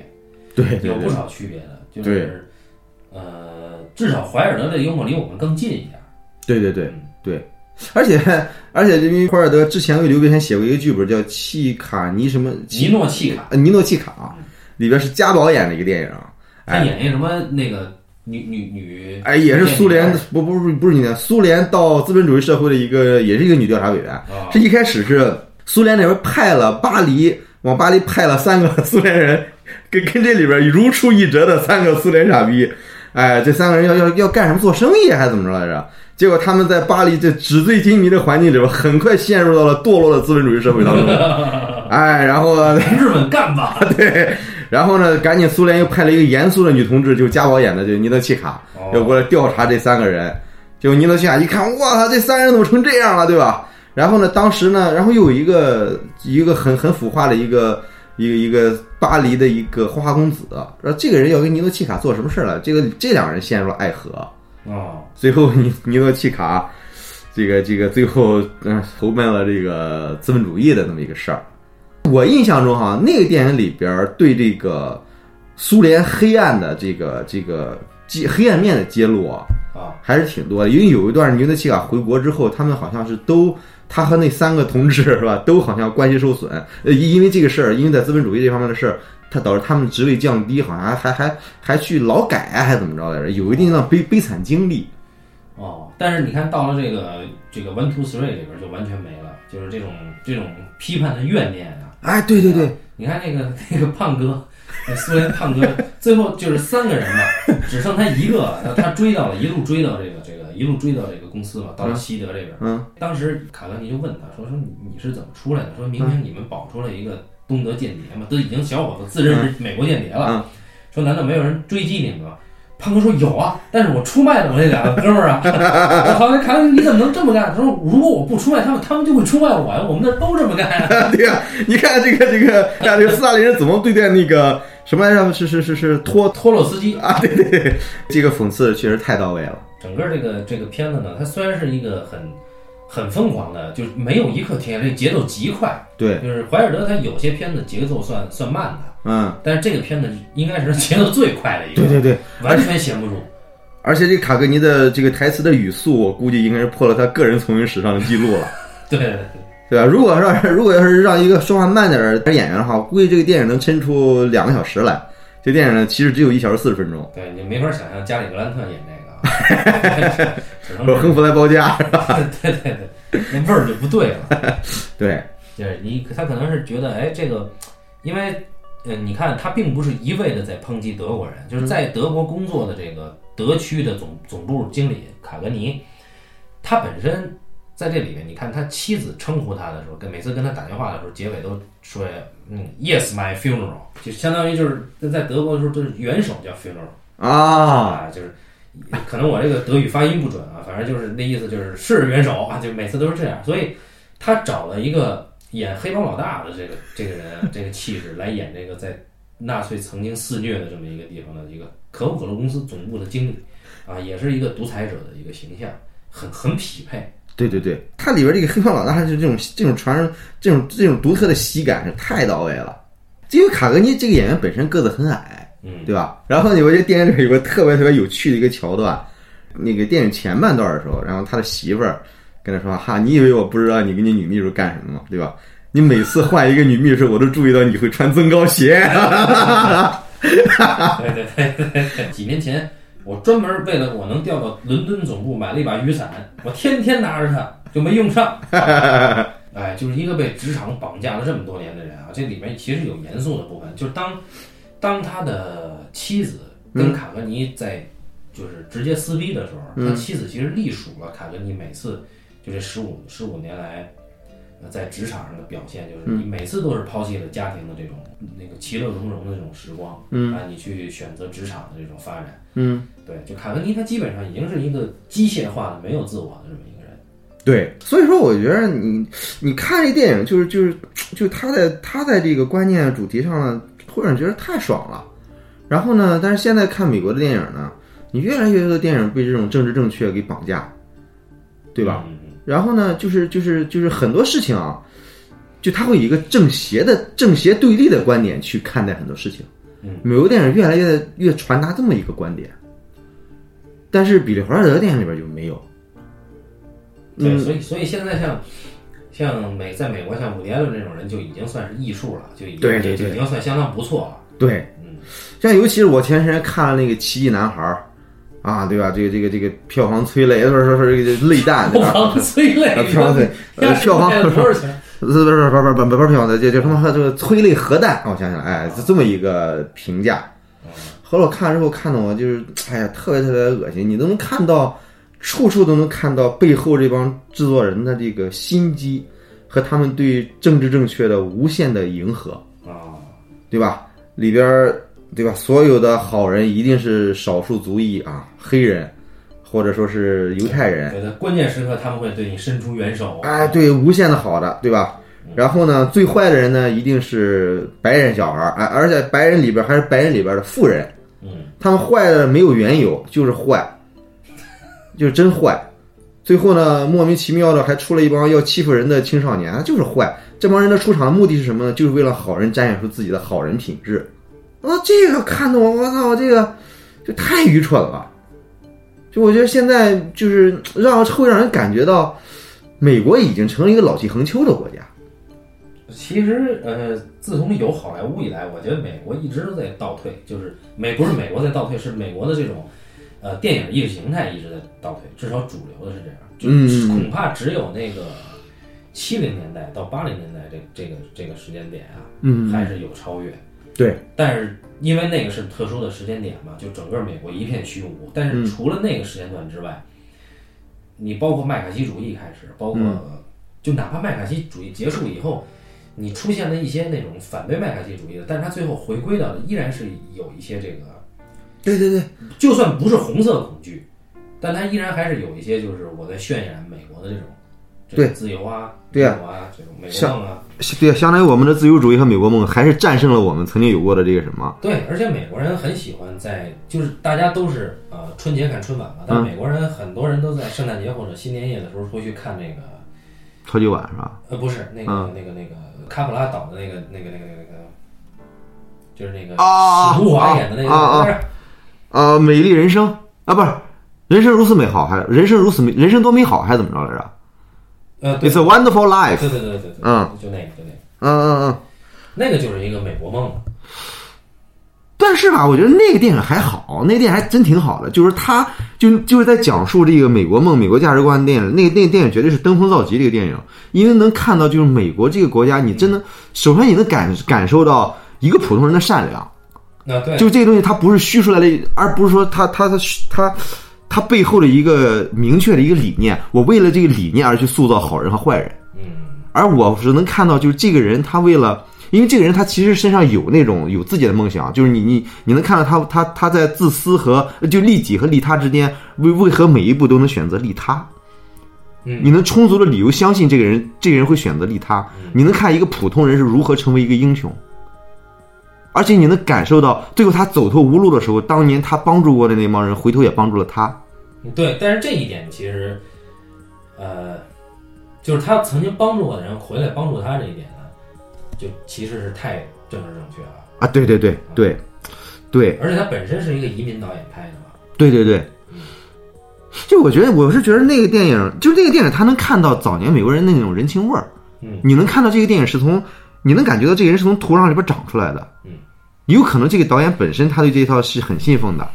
Speaker 2: 对对对
Speaker 1: 有不少区别的，就是呃，至少怀尔德的幽默离我们更近一点。
Speaker 2: 对对对对，而且 而且因为霍尔德之前为刘别谦写过一个剧本叫《契卡尼什么
Speaker 1: 尼诺契卡，
Speaker 2: 呃尼诺契卡》，里边是嘉宝演的一个电影，啊
Speaker 1: 他演那什么那个女女女，
Speaker 2: 哎，也是苏联
Speaker 1: 女
Speaker 2: 不不不不是你的苏联到资本主义社会的一个，也是一个女调查委员。
Speaker 1: 啊
Speaker 2: 这一开始是苏联那边派了巴黎，往巴黎派了三个苏联人，跟跟这里边如出一辙的三个苏联傻逼。哎，这三个人要要要干什么？做生意还是怎么着来着？结果他们在巴黎这纸醉金迷的环境里边，很快陷入到了堕落的资本主义社会当中。哎，然后
Speaker 1: 日本干 吧，
Speaker 2: 对，然后呢，赶紧苏联又派了一个严肃的女同志，就家宝演的，就尼德契卡
Speaker 1: 哦，
Speaker 2: 要过来调查这三个人。就尼德契卡一看，哇操，这三人怎么成这样了，对吧？然后呢，当时呢，然后又有一个一个很很腐化的一个一个一个巴黎的一个花花公子，然后这个人要跟尼德契卡做什么事儿了？这个这两人陷入了爱河，
Speaker 1: 哦，
Speaker 2: 最后尼尼德契卡，这个这个最后嗯投奔了这个资本主义的那么一个事儿。我印象中哈，那个电影里边儿对这个苏联黑暗的这个这个揭黑暗面的揭露啊，
Speaker 1: 啊，
Speaker 2: 还是挺多的。因为有一段尼德契卡回国之后，他们好像是都他和那三个同志是吧， 都好像关系受损。呃，因因为这个事儿，因为在资本主义这方面的事儿，他导致他们职位降低，好像还还还还去劳改啊，还怎么着来着？有一定的悲悲惨经历。
Speaker 1: 哦，但是你看到了这个这个 One Two Three 里边就完全没了，就是这种这种批判的怨念啊。
Speaker 2: 哎，对对对，
Speaker 1: 你看那个那个胖哥，那苏联探戈最后就是三个人嘛，只剩他一个了。那他追到了，一路追到这个这个，一路追到这个公司嘛，到了西德这边。
Speaker 2: 嗯，
Speaker 1: 当时卡格尼就问他说：“说你你是怎么出来的？说明
Speaker 2: 嗯
Speaker 1: 明你们保出来一个东德间谍嘛，都已经小伙子自认
Speaker 2: 嗯
Speaker 1: 是美国间谍了，说难道没有人追击你们吗？”胖哥说有啊，但是我出卖了我那俩哥们儿啊。我好像卡格尼你怎么能这么干？他说如果我不出卖他们，他们就会出卖我呀。我们那儿都这么干呀。
Speaker 2: 对呀、你看这个这个，看这个斯大林是怎么对待那个什么来着？是是是是托
Speaker 1: 托洛斯基
Speaker 2: 啊，对对对，这个讽刺确实太到位了。
Speaker 1: 整个这个这个片子呢，它虽然是一个很很疯狂的，就是没有一刻停下，这节奏极快。
Speaker 2: 对，
Speaker 1: 就是怀尔德他有些片子节奏算算慢的，
Speaker 2: 嗯，
Speaker 1: 但是这个片子应该是节奏最快的一个，
Speaker 2: 对对对，
Speaker 1: 完全闲不住。
Speaker 2: 而且这卡格尼的这个台词的语速，我估计应该是破了他个人从影史上的记录了。
Speaker 1: 对对
Speaker 2: 对吧？如果让如果要是让一个说话慢点儿的演员的话，我估计这个电影能抻出两个小时来。这电影呢，其实只有一小时四十分钟，
Speaker 1: 对，你没法想象加里格兰特演这个 啊，只能
Speaker 2: 不是
Speaker 1: 是
Speaker 2: 亨弗莱包家。
Speaker 1: 对对对，那味儿就不对了。
Speaker 2: 对，
Speaker 1: 对你，他可能是觉得，哎，这个，因为，呃，你看他并不是一味的在抨击德国人，就是在德国工作的这个德区的总总部经理卡格尼，他本身在这里面，你看他妻子称呼他的时候，跟每次跟他打电话的时候，结尾都说，嗯，Yes, my funeral，就相当于就是在德国的时候，就是元首叫 funeral
Speaker 2: 啊，
Speaker 1: 啊，就是。可能我这个德语发音不准啊，反正就是那意思，就是是元首啊，就每次都是这样，所以他找了一个演黑帮老大的这个这个人啊，这个气质来演这个在纳粹曾经肆虐的这么一个地方的一个可口可乐公司总部的经理啊，也是一个独裁者的一个形象，很很匹配。
Speaker 2: 对对对，它里边这个黑帮老大就这种这种传人这种这种独特的喜感是太到位了。因为卡格尼这个演员本身个子很矮，
Speaker 1: 嗯，
Speaker 2: 对吧？然后你我觉得电影里有个特别特别有趣的一个桥段，那个电影前半段的时候，然后他的媳妇儿跟他说：“哈，你以为我不知道你跟你女秘书干什么吗？对吧？你每次换一个女秘书，我都注意到你会穿增高鞋。
Speaker 1: 对对对对对。几年前，我专门为了我能调到伦敦总部买了一把雨伞，我天天拿着它就没用上。哎，就是一个被职场绑架了这么多年的人啊，这里面其实有严肃的部分，就是当当他的妻子跟卡格尼在就是直接撕逼的时候，他妻子其实隶属了卡格尼每次就这十五十五年来。呃在职场上的表现就是，你每次都是抛弃了家庭的这种、那个其乐融融的这种时光，嗯啊，你去选择职场的这种发展，
Speaker 2: 嗯，
Speaker 1: 对，就卡格尼他基本上已经是一个机械化的、没有自我的这么一个人。
Speaker 2: 对，所以说我觉得你你看这电影、就是，就是就是他在他在这个观念主题上呢，会让你觉得太爽了。然后呢，但是现在看美国的电影呢，你越来越多的电影被这种政治正确给绑架，对吧？
Speaker 1: 嗯？嗯
Speaker 2: 然后呢，就是就是就是很多事情啊，就他会以一个正邪的正邪对立的观点去看待很多事情。
Speaker 1: 嗯，
Speaker 2: 美国电影越来越越传达这么一个观点，但是比利怀尔德电影里边就没有。
Speaker 1: 嗯对，
Speaker 2: 嗯
Speaker 1: 所以所以现在像像美在美国像伍迪·艾伦这种人就已经算是艺术了，就已经
Speaker 2: 对对对
Speaker 1: 已经算相当不错了。
Speaker 2: 对，
Speaker 1: 嗯，
Speaker 2: 像尤其是我前段时间看了那个《奇异男孩》，儿》，啊，对吧？这个这个这个票房催泪，不是说是这个泪弹，对
Speaker 1: 票
Speaker 2: 吧？
Speaker 1: 房催泪
Speaker 2: 啊，票房催，呃，票 房
Speaker 1: 卖了多少钱？
Speaker 2: 不是不是不是不是不是票房，这这他妈这个催泪核弹，我想想，哎，这这么一个评价。
Speaker 1: 嗯
Speaker 2: 后来我看了之后，看的我就是，哎呀，特别特别恶心。你都能看到，处处都能看到背后这帮制作人的这个心机和他们对政治正确的无限的迎合。
Speaker 1: 啊，
Speaker 2: 对吧？里边儿对吧？所有的好人一定是少数族裔啊，黑人，或者说是犹太人，
Speaker 1: 对的，关键时刻他们会对你伸出援手。
Speaker 2: 哎，对，无限的好的，对吧？然后呢，最坏的人呢，一定是白人小孩儿，哎，而且白人里边儿还是白人里边儿的富人，
Speaker 1: 嗯，
Speaker 2: 他们坏的没有缘由，就是坏，就是真坏。最后呢，莫名其妙的还出了一帮要欺负人的青少年，他就是坏。这帮人的出场的目的是什么呢？就是为了好人展现出自己的好人品质。啊，这个看得我，我操，这个就太愚蠢了。就我觉得现在就是让会让人感觉到，美国已经成了一个老气横秋的国家。
Speaker 1: 其实呃，自从有好莱坞以来，我觉得美国一直都在倒退，就是美不是美国在倒退，是美国的这种呃电影意识形态一直在倒退，至少主流的是这样。就是
Speaker 2: 嗯
Speaker 1: 恐怕只有那个七零年代到八零年代这这个这个时间点啊，
Speaker 2: 嗯
Speaker 1: 还是有超越。
Speaker 2: 对，
Speaker 1: 但是因为那个是特殊的时间点嘛，就整个美国一片虚无。但
Speaker 2: 嗯
Speaker 1: 是除了那个时间段之外，你包括麦卡锡主义开始，包括、
Speaker 2: 嗯
Speaker 1: 就哪怕麦卡锡主义结束以后，你出现了一些那种反对麦卡锡主义的，但是他最后回归到的依然是有一些这个
Speaker 2: 对对对，
Speaker 1: 就算不是红色恐惧，但它依然还是有一些，就是我在渲染美国的这种，这种
Speaker 2: 对
Speaker 1: 自由啊，
Speaker 2: 对啊
Speaker 1: 自由啊，这种美国
Speaker 2: 像
Speaker 1: 梦啊，
Speaker 2: 对，相当于我们的自由主义和美国梦还是战胜了我们曾经有过的这个什么，
Speaker 1: 对，而且美国人很喜欢在，就是大家都是呃春节看春晚嘛，
Speaker 2: 嗯
Speaker 1: 但美国人很多人都在圣诞节或者新年夜的时候会去看那个，
Speaker 2: 超级碗是吧？
Speaker 1: 呃，不是那个、
Speaker 2: 嗯
Speaker 1: 那个那个卡普拉岛的那个那个那个那个那个，就是那个
Speaker 2: 啊
Speaker 1: 史努华演的那个，
Speaker 2: 啊啊
Speaker 1: 不是
Speaker 2: 啊，美丽人生啊，不是，人生如此美好，还人生如此美，人生多美好，还是怎么着来着
Speaker 1: 呃，对
Speaker 2: ？It's a wonderful life
Speaker 1: 对对对对对，
Speaker 2: 嗯，
Speaker 1: 就那个就那个，
Speaker 2: 嗯。嗯嗯，
Speaker 1: 那个就是一个美国梦嘛，
Speaker 2: 但是吧，我觉得那个电影还好，那个电影还真挺好的，就是它就就是在讲述这个美国梦、美国价值观的电影。那个那个电影绝对是登峰造极的一个电影，因为能看到就是美国这个国家，你真的首先你能感感受到一个普通人的善良。
Speaker 1: 那对，
Speaker 2: 就这个东西，它不是虚出来的，而不是说它它它它它背后的一个明确的一个理念。我为了这个理念而去塑造好人和坏人，
Speaker 1: 嗯，
Speaker 2: 而我只能看到就是这个人他为了。因为这个人他其实身上有那种有自己的梦想，啊就是你你你能看到他他他在自私和就利己和利他之间，为为何每一步都能选择利他？
Speaker 1: 嗯
Speaker 2: 你能充足的理由相信这个人，这个人会选择利他。你能看一个普通人是如何成为一个英雄，而且你能感受到最后他走投无路的时候，当年他帮助过的那帮人，回头也帮助了他。
Speaker 1: 嗯对，但是这一点其实，呃，就是他曾经帮助过的人回来帮助他这一点呢，就其实是太政治正确了。
Speaker 2: 啊，对对对对，对
Speaker 1: 而且他本身是一个移民导演拍的嘛，
Speaker 2: 对对对。就我觉得，我是觉得那个电影，就是那个电影，他能看到早年美国人那种人情味儿。
Speaker 1: 嗯，
Speaker 2: 你能看到这个电影是从，你能感觉到这个人是从土壤里边长出来的。
Speaker 1: 嗯，
Speaker 2: 有可能这个导演本身他对这一套是很信奉的，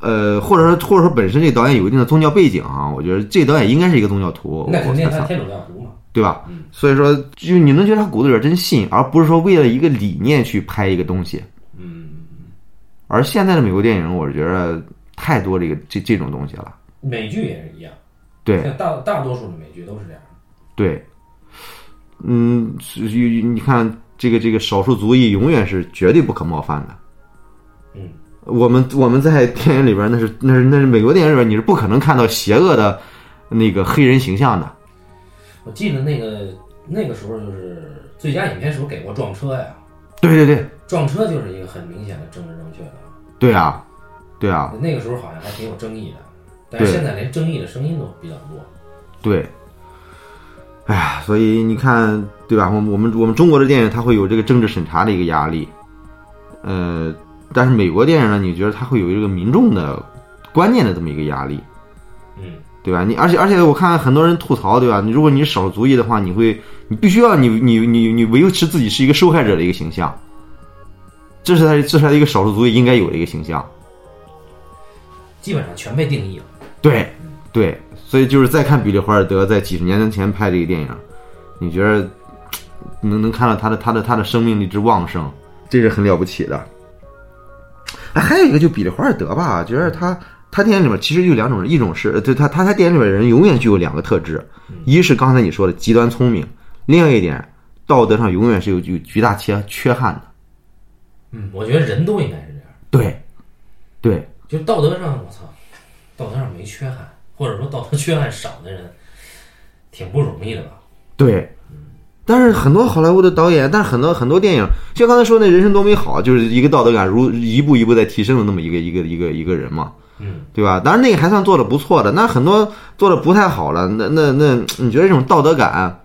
Speaker 2: 呃，或者说或者说本身这导演有一定的宗教背景啊，我觉得这导演应该是一个宗教徒，
Speaker 1: 那肯定
Speaker 2: 我猜
Speaker 1: 他
Speaker 2: 测
Speaker 1: 天主教徒嘛，
Speaker 2: 对吧
Speaker 1: 嗯？
Speaker 2: 所以说，就你能觉得他骨子里边真信，而不是说为了一个理念去拍一个东西。
Speaker 1: 嗯，
Speaker 2: 而现在的美国电影，我是觉得太多这个这这种东西了。
Speaker 1: 美剧也是一样，
Speaker 2: 对，
Speaker 1: 像大大多数的美剧都是这样的，
Speaker 2: 对，嗯，是有你看这个这个少数族裔永远是绝对不可冒犯的。
Speaker 1: 嗯，
Speaker 2: 我们我们在 电影里边那是那是那是美国电影里边你是不可能看到邪恶的那个黑人形象的。
Speaker 1: 我记得那个那个时候就是最佳影片是不是给过《撞车》呀？
Speaker 2: 对对对
Speaker 1: 《撞车》就是一个很明显的政治正确的嘛，
Speaker 2: 对啊，对啊，
Speaker 1: 那个时候好像还挺有争议的，但是
Speaker 2: 对
Speaker 1: 现在连争议的声音都比较多。
Speaker 2: 对。哎呀，所以你看，对吧？我们我们我们中国的电影它会有这个政治审查的一个压力，呃，但是美国电影呢，你觉得它会有一个民众的观念的这么一个压力？
Speaker 1: 嗯，
Speaker 2: 对吧？你而且而且我看很多人吐槽，对吧？你如果你少数族裔的话，你会你必须要你你你你维持自己是一个受害者的一个形象，这是他这是他一个少数族裔应该有的一个形象。
Speaker 1: 基本上全被定义了。
Speaker 2: 对对，所以就是再看比利华尔德在几十年前拍这个电影，你觉得嘖能能看到他的他的他的生命力之旺盛，这是很了不起的。哎，还有一个就比利华尔德吧，觉得他他电影里面其实有两种人，一种是呃对他他他电影里面的人永远具有两个特质，一是刚才你说的极端聪明，另外一点道德上永远是有有巨大缺缺憾的。
Speaker 1: 嗯，我觉得人都应该是这样，
Speaker 2: 对，对，
Speaker 1: 就道德上，我操，道德上没缺憾，或者说道德缺憾少的人，挺不容易的吧？
Speaker 2: 对，但是很多好莱坞的导演，但是很多很多电影，像刚才说那《人生多美好》，就是一个道德感如一步一步在提升的那么一个一个一个一个人嘛，
Speaker 1: 嗯，
Speaker 2: 对吧？当然那个还算做的不错的，那很多做的不太好了，那那那你觉得这种道德感，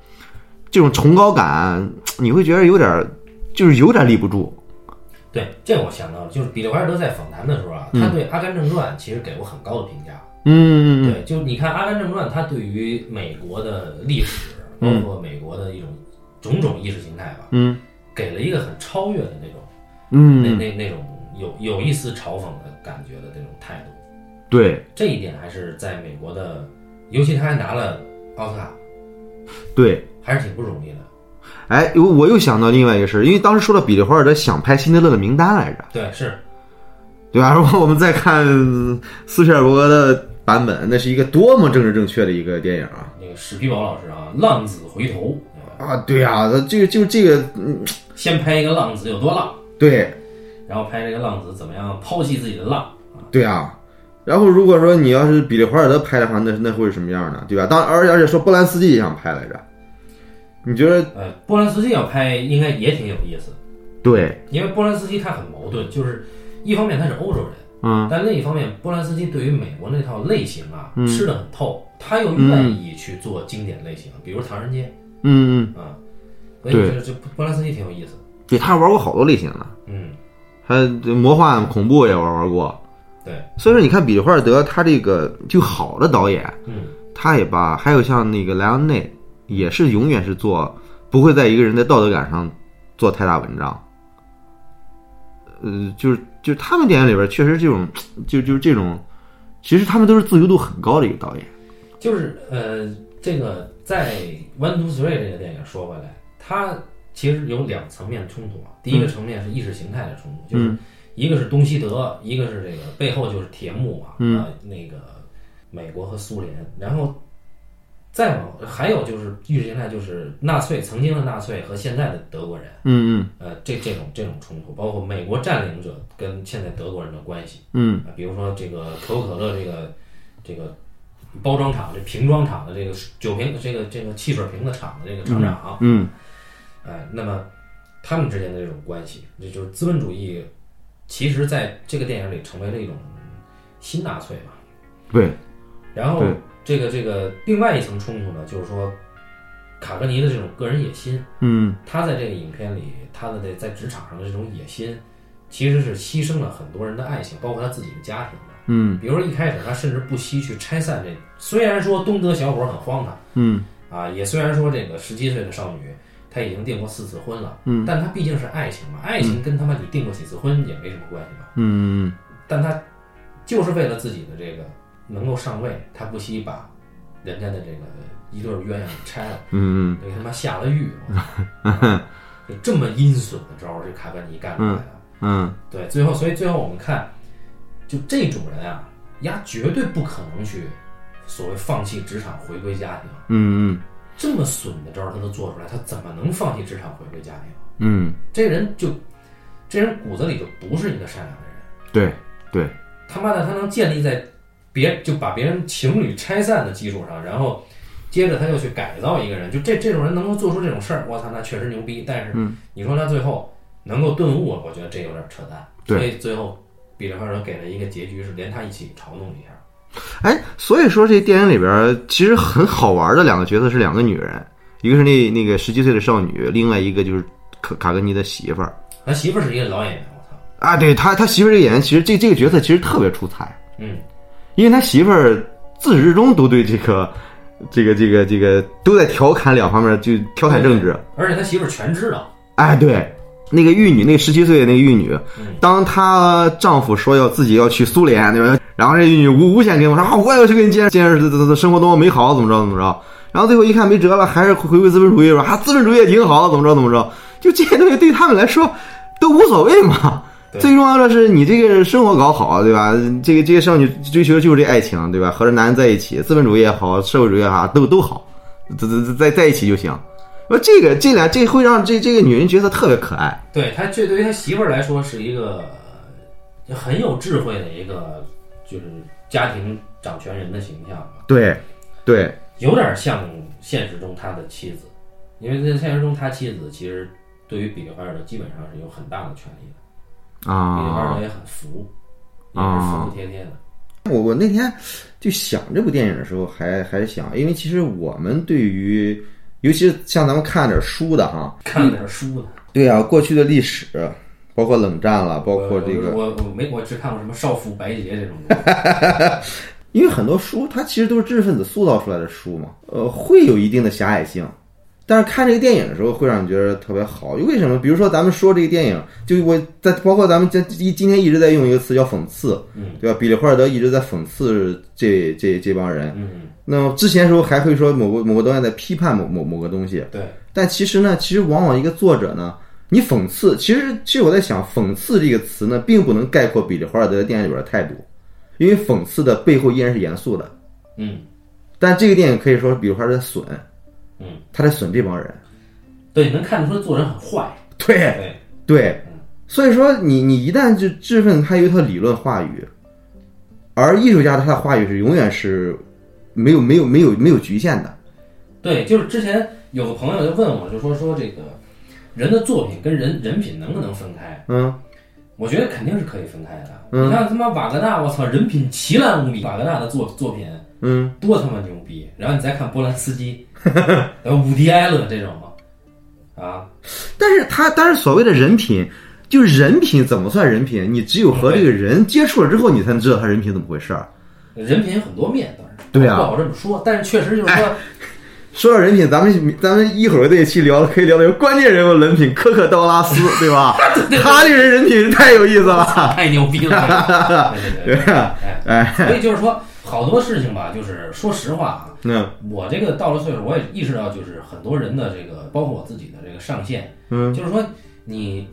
Speaker 2: 这种崇高感，你会觉得有点儿，就是有点儿立不住。
Speaker 1: 对，这我想到了，就是比利怀尔德在访谈的时候啊，他对《阿甘正传》其实给过很高的评价。
Speaker 2: 嗯，
Speaker 1: 对，就你看《阿甘正传》，他对于美国的历史，包括美国的一种种种意识形态吧，
Speaker 2: 嗯，
Speaker 1: 给了一个很超越的那种，那
Speaker 2: 嗯，
Speaker 1: 那那种有有一丝嘲讽的感觉的那种态度。
Speaker 2: 对
Speaker 1: 这一点还是在美国的，尤其他还拿了奥斯卡，
Speaker 2: 对。
Speaker 1: 还是挺不容易的。
Speaker 2: 哎，我我又想到另外一个事儿，因为当时说到比利·华尔德想拍《辛德勒的名单》来着，
Speaker 1: 对，是
Speaker 2: 对吧？然 后我们再看斯皮尔伯格的版本，那是一个多么政治正确的一个电影啊！
Speaker 1: 那个史皮堡老师啊，《浪子回头》啊
Speaker 2: 啊，对啊，那这个就这个，嗯，
Speaker 1: 先拍一个浪子有多浪，
Speaker 2: 对
Speaker 1: 然后拍这个浪子怎么样抛弃自己的浪，
Speaker 2: 对啊。然后如果说你要是比利·华尔德拍的话，那那会是什么样呢？对吧？当而而且说波兰斯基也想拍来着，你觉得
Speaker 1: 呃，波兰斯基要拍应该也挺有意思，
Speaker 2: 对？
Speaker 1: 因为波兰斯基他很矛盾，就是一方面他是欧洲人，
Speaker 2: 嗯，
Speaker 1: 但另一方面波兰斯基对于美国那套类型啊、吃的很透，他又愿意去做经典类型，比如《唐人街
Speaker 2: 嗯嗯，》
Speaker 1: 啊，所以
Speaker 2: 对
Speaker 1: 我觉得这波兰斯基挺有意思，
Speaker 2: 对他玩过好多类型的，
Speaker 1: 嗯，
Speaker 2: 他魔幻恐怖也玩玩过。
Speaker 1: 对，
Speaker 2: 所以说你看比利·华尔德他这个就好的导演，
Speaker 1: 嗯，
Speaker 2: 他也把还有像那个莱昂内，也是永远是做不会在一个人的道德感上做太大文章。呃，就是就是他们电影里边确实这种，就就是这种，其实他们都是自由度很高的一个导演。
Speaker 1: 就是呃，这个在《One Two Three》这个电影说回来，它其实有两层面冲突啊。第一个层面是意识形态的冲突，就是一个是东西德，一个是这个背后就是铁幕啊，
Speaker 2: 嗯
Speaker 1: 啊那个美国和苏联。然后再往还有就是意识形态，就是纳粹曾经的纳粹和现在的德国人，
Speaker 2: 嗯
Speaker 1: 呃，这这种这种冲突，包括美国占领者跟现在德国人的关系。
Speaker 2: 嗯
Speaker 1: 啊，比如说这个可口可乐这个这个包装厂、这瓶装厂的这个酒瓶、这个这个汽水瓶子厂的这个厂长，
Speaker 2: 嗯
Speaker 1: 哎，那么他们之间的这种关系，这就是资本主义，其实在这个电影里成为了一种新纳粹吧。
Speaker 2: 嗯，对，
Speaker 1: 然后
Speaker 2: 对
Speaker 1: 这个这个另外一层冲突呢，就是说卡格尼的这种个人野心，
Speaker 2: 嗯
Speaker 1: 他在这个影片里他的这在职场上的这种野心，其实是牺牲了很多人的爱情，包括他自己的家庭的。
Speaker 2: 嗯
Speaker 1: 比如说一开始他甚至不惜去拆散这，虽然说东德小伙很荒唐
Speaker 2: 嗯
Speaker 1: 啊，也虽然说这个十七岁的少女她已经订过四次婚了，
Speaker 2: 嗯
Speaker 1: 但她毕竟是爱情嘛，爱情跟他妈你订过几次婚也没什么关系吧，
Speaker 2: 嗯
Speaker 1: 但她就是为了自己的这个能够上位，她不惜把人家的这个一对鸳鸯给拆了，
Speaker 2: 嗯
Speaker 1: 给他妈下了狱，我操啊就这么阴损的招儿，这卡本尼干出来的。
Speaker 2: 嗯
Speaker 1: 对，最后，所以最后我们看，就这种人啊，丫绝对不可能去所谓放弃职场回归家庭，
Speaker 2: 嗯
Speaker 1: 这么损的招儿他都做出来，他怎么能放弃职场回归家庭？
Speaker 2: 嗯，
Speaker 1: 这人就，这人骨子里就不是一个善良的人。
Speaker 2: 对对，
Speaker 1: 他妈的，他能建立在别就把别人情侣拆散的基础上，然后接着他又去改造一个人，就这这种人能够做出这种事儿，我操，那确实牛逼。但是你说他最后能够顿悟，我觉得这有点扯淡。
Speaker 2: 对
Speaker 1: 所以最后比利怀德给了一个结局是连他一起嘲弄一下。
Speaker 2: 哎，所以说这电影里边儿其实很好玩的两个角色是两个女人，一个是那那个十七岁的少女，另外一个就是卡卡格尼的媳妇儿
Speaker 1: 他媳妇儿是一个老演员，我操，
Speaker 2: 啊。对他，他媳妇儿这个演员，其实这这个角色其实特别出彩，
Speaker 1: 嗯，
Speaker 2: 因为他媳妇儿自始至终都对这个这个这个这个都在调侃两方面，就调侃政治。
Speaker 1: 而且他媳妇儿全知道，
Speaker 2: 哎，对，那个玉女，那十七岁的那个玉女，当她丈夫说要自己要去苏联，对吧？然后这玉女无无限跟我说啊，我也要去跟你见识见识这这生活多么美好，怎么着怎么着。然后最后一看没辙了，还是回归资本主义，说啊，资本主义也挺好，怎么着怎么着。就这些东西对他们来说都无所谓嘛。
Speaker 1: 对
Speaker 2: 最重要的是你这个生活搞好，对吧？这个这些少女追求的就是这爱情，对吧？和这男人在一起，资本主义也好，社会主义也好，都都好，在在在在一起就行。说这个这俩这会让这这个女人角色特别可爱。
Speaker 1: 对他这对于他媳妇儿来说是一个呃很有智慧的一个就是家庭掌权人的形象吧。
Speaker 2: 对，对，
Speaker 1: 有点像现实中他的妻子，因为在现实中他妻子其实对于比利怀尔德基本上是有很大的权利的，比利怀尔
Speaker 2: 啊
Speaker 1: 德，也很服，也是服服帖帖的。
Speaker 2: 我我那天就想这部电影的时候还，还想，因为其实我们对于，尤其是像咱们看点书的哈，
Speaker 1: 看了点书呢，
Speaker 2: 对啊，过去的历史，包括冷战了，包括这个，
Speaker 1: 我我我没我只看过什么《少妇白洁》这种东西。
Speaker 2: 因为很多书它其实都是知识分子塑造出来的书嘛，呃，会有一定的狭隘性。但是看这个电影的时候，会让你觉得特别好。为什么？比如说咱们说这个电影，就我在包括咱们今今今天一直在用一个词叫讽刺，
Speaker 1: 嗯
Speaker 2: 对吧？比利·霍尔德一直在讽刺这这这帮人。
Speaker 1: 嗯，
Speaker 2: 那么之前的时候还会说某个某个导演在批判某某某个东西，
Speaker 1: 对，
Speaker 2: 但其实呢，其实往往一个作者呢，你讽刺，其实其实我在想，讽刺这个词呢，并不能概括比利华尔德的电影里边的态度，因为讽刺的背后依然是严肃的。
Speaker 1: 嗯，
Speaker 2: 但这个电影可以说是比利华尔德在损，
Speaker 1: 嗯，
Speaker 2: 他在损这帮人。
Speaker 1: 对，能看得出作者很坏。
Speaker 2: 对
Speaker 1: 对，
Speaker 2: 对，所以说你你一旦就质问他有一套理论话语，而艺术家他的话语是永远是没有没有没有没有局限的。
Speaker 1: 对，就是之前有个朋友就问我，就说说这个人的作品跟人人品能不能分开？
Speaker 2: 嗯，
Speaker 1: 我觉得肯定是可以分开的。
Speaker 2: 嗯
Speaker 1: 你看他妈瓦格纳，我操，人品奇烂无比，瓦格纳的作作品
Speaker 2: 嗯，
Speaker 1: 多他妈牛逼。然后你再看波兰斯 基，然后伍迪艾伦这种，啊，
Speaker 2: 但是他但是所谓的人品，就是人品怎么算人品？你只有和这个人接触了之后，你才能知道他人品怎么回事儿。
Speaker 1: 人品有很多面，当然
Speaker 2: 对啊
Speaker 1: 不好这么说，但是确实就是说，
Speaker 2: 说到人品，咱们咱们一会儿这一期聊可以聊聊关键人物人品，科克·道拉斯， 对吧？他这个人人品太有意思了。
Speaker 1: 太牛逼了，对对对
Speaker 2: 对
Speaker 1: 对，
Speaker 2: 啊，
Speaker 1: 哎，
Speaker 2: 哎，
Speaker 1: 所以就是说好多事情吧，就是说实话啊，
Speaker 2: 嗯
Speaker 1: 我这个到了岁数，我也意识到，就是很多人的这个，包括我自己的这个上限，
Speaker 2: 嗯，
Speaker 1: 就是说你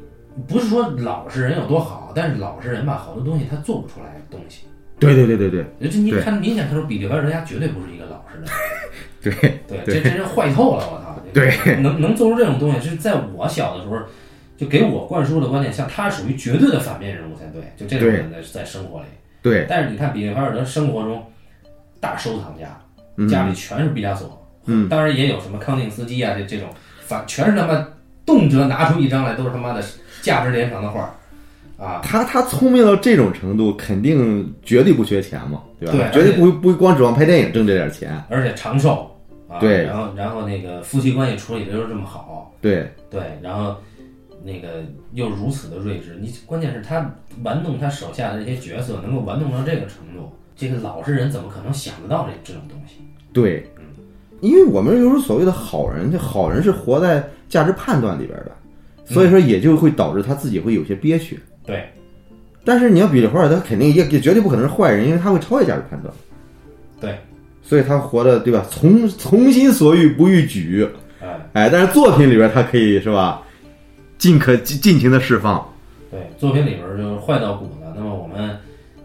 Speaker 1: 不是说老实人有多好，但是老实人吧，好多东西他做不出来东西。
Speaker 2: 对对对对对
Speaker 1: 就你
Speaker 2: 对
Speaker 1: 看，明显看出比利怀人家绝对不是一个老实人，
Speaker 2: 对
Speaker 1: 对，
Speaker 2: 对
Speaker 1: 这这人坏透了，我操！
Speaker 2: 对，
Speaker 1: 能能做出这种东西，是在我小的时候就给我灌输的观念，像他属于绝对的反面人物才对，就这种人在在生活里。
Speaker 2: 对，
Speaker 1: 但是你看比利怀尔德生活中大收藏家，
Speaker 2: 嗯
Speaker 1: 家里全是毕加索，
Speaker 2: 嗯，
Speaker 1: 当然也有什么康定斯基啊这这种，反全是他妈动辄拿出一张来都是他妈的价值连城的画儿啊，
Speaker 2: 他他聪明到这种程度，肯定绝对不缺钱嘛，对吧？
Speaker 1: 对
Speaker 2: 绝对不会不会光指望拍电影挣这点钱，
Speaker 1: 而且长寿啊，
Speaker 2: 对
Speaker 1: 然后然后那个夫妻关系处理的又这么好，
Speaker 2: 对
Speaker 1: 对，然后那个又如此的睿智，你关键是他玩弄他手下的这些角色，能够玩弄到这个程度，这个老实人怎么可能想得到这这种东西？
Speaker 2: 对，因为我们有时候所谓的好人，这好人是活在价值判断里边的，所以说也就会导致他自己会有些憋屈。
Speaker 1: 对，
Speaker 2: 但是你要比利华尔德，肯定也也绝对不可能是坏人，因为他会超越价值判断，
Speaker 1: 对，
Speaker 2: 所以他活的对吧？从从心所欲不逾矩，
Speaker 1: 哎。
Speaker 2: 哎，但是作品里边他可以是吧？尽可尽尽情的释放，
Speaker 1: 对，作品里边儿就是坏到骨子。那么我们，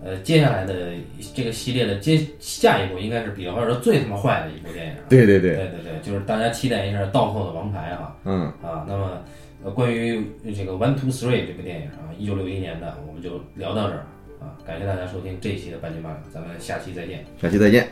Speaker 1: 呃，接下来的这个系列的接下一部应该是比利怀尔德最他妈坏的一部电影。
Speaker 2: 对对
Speaker 1: 对
Speaker 2: 对，
Speaker 1: 对对，就是大家期待一下《倒扣的王牌》哈
Speaker 2: 嗯
Speaker 1: 啊。那么，呃，关于这个《One Two Three》这个电影啊，一九六一年的，我们就聊到这儿啊。感谢大家收听这一期的半斤八两，咱们下期再见。
Speaker 2: 下期再见。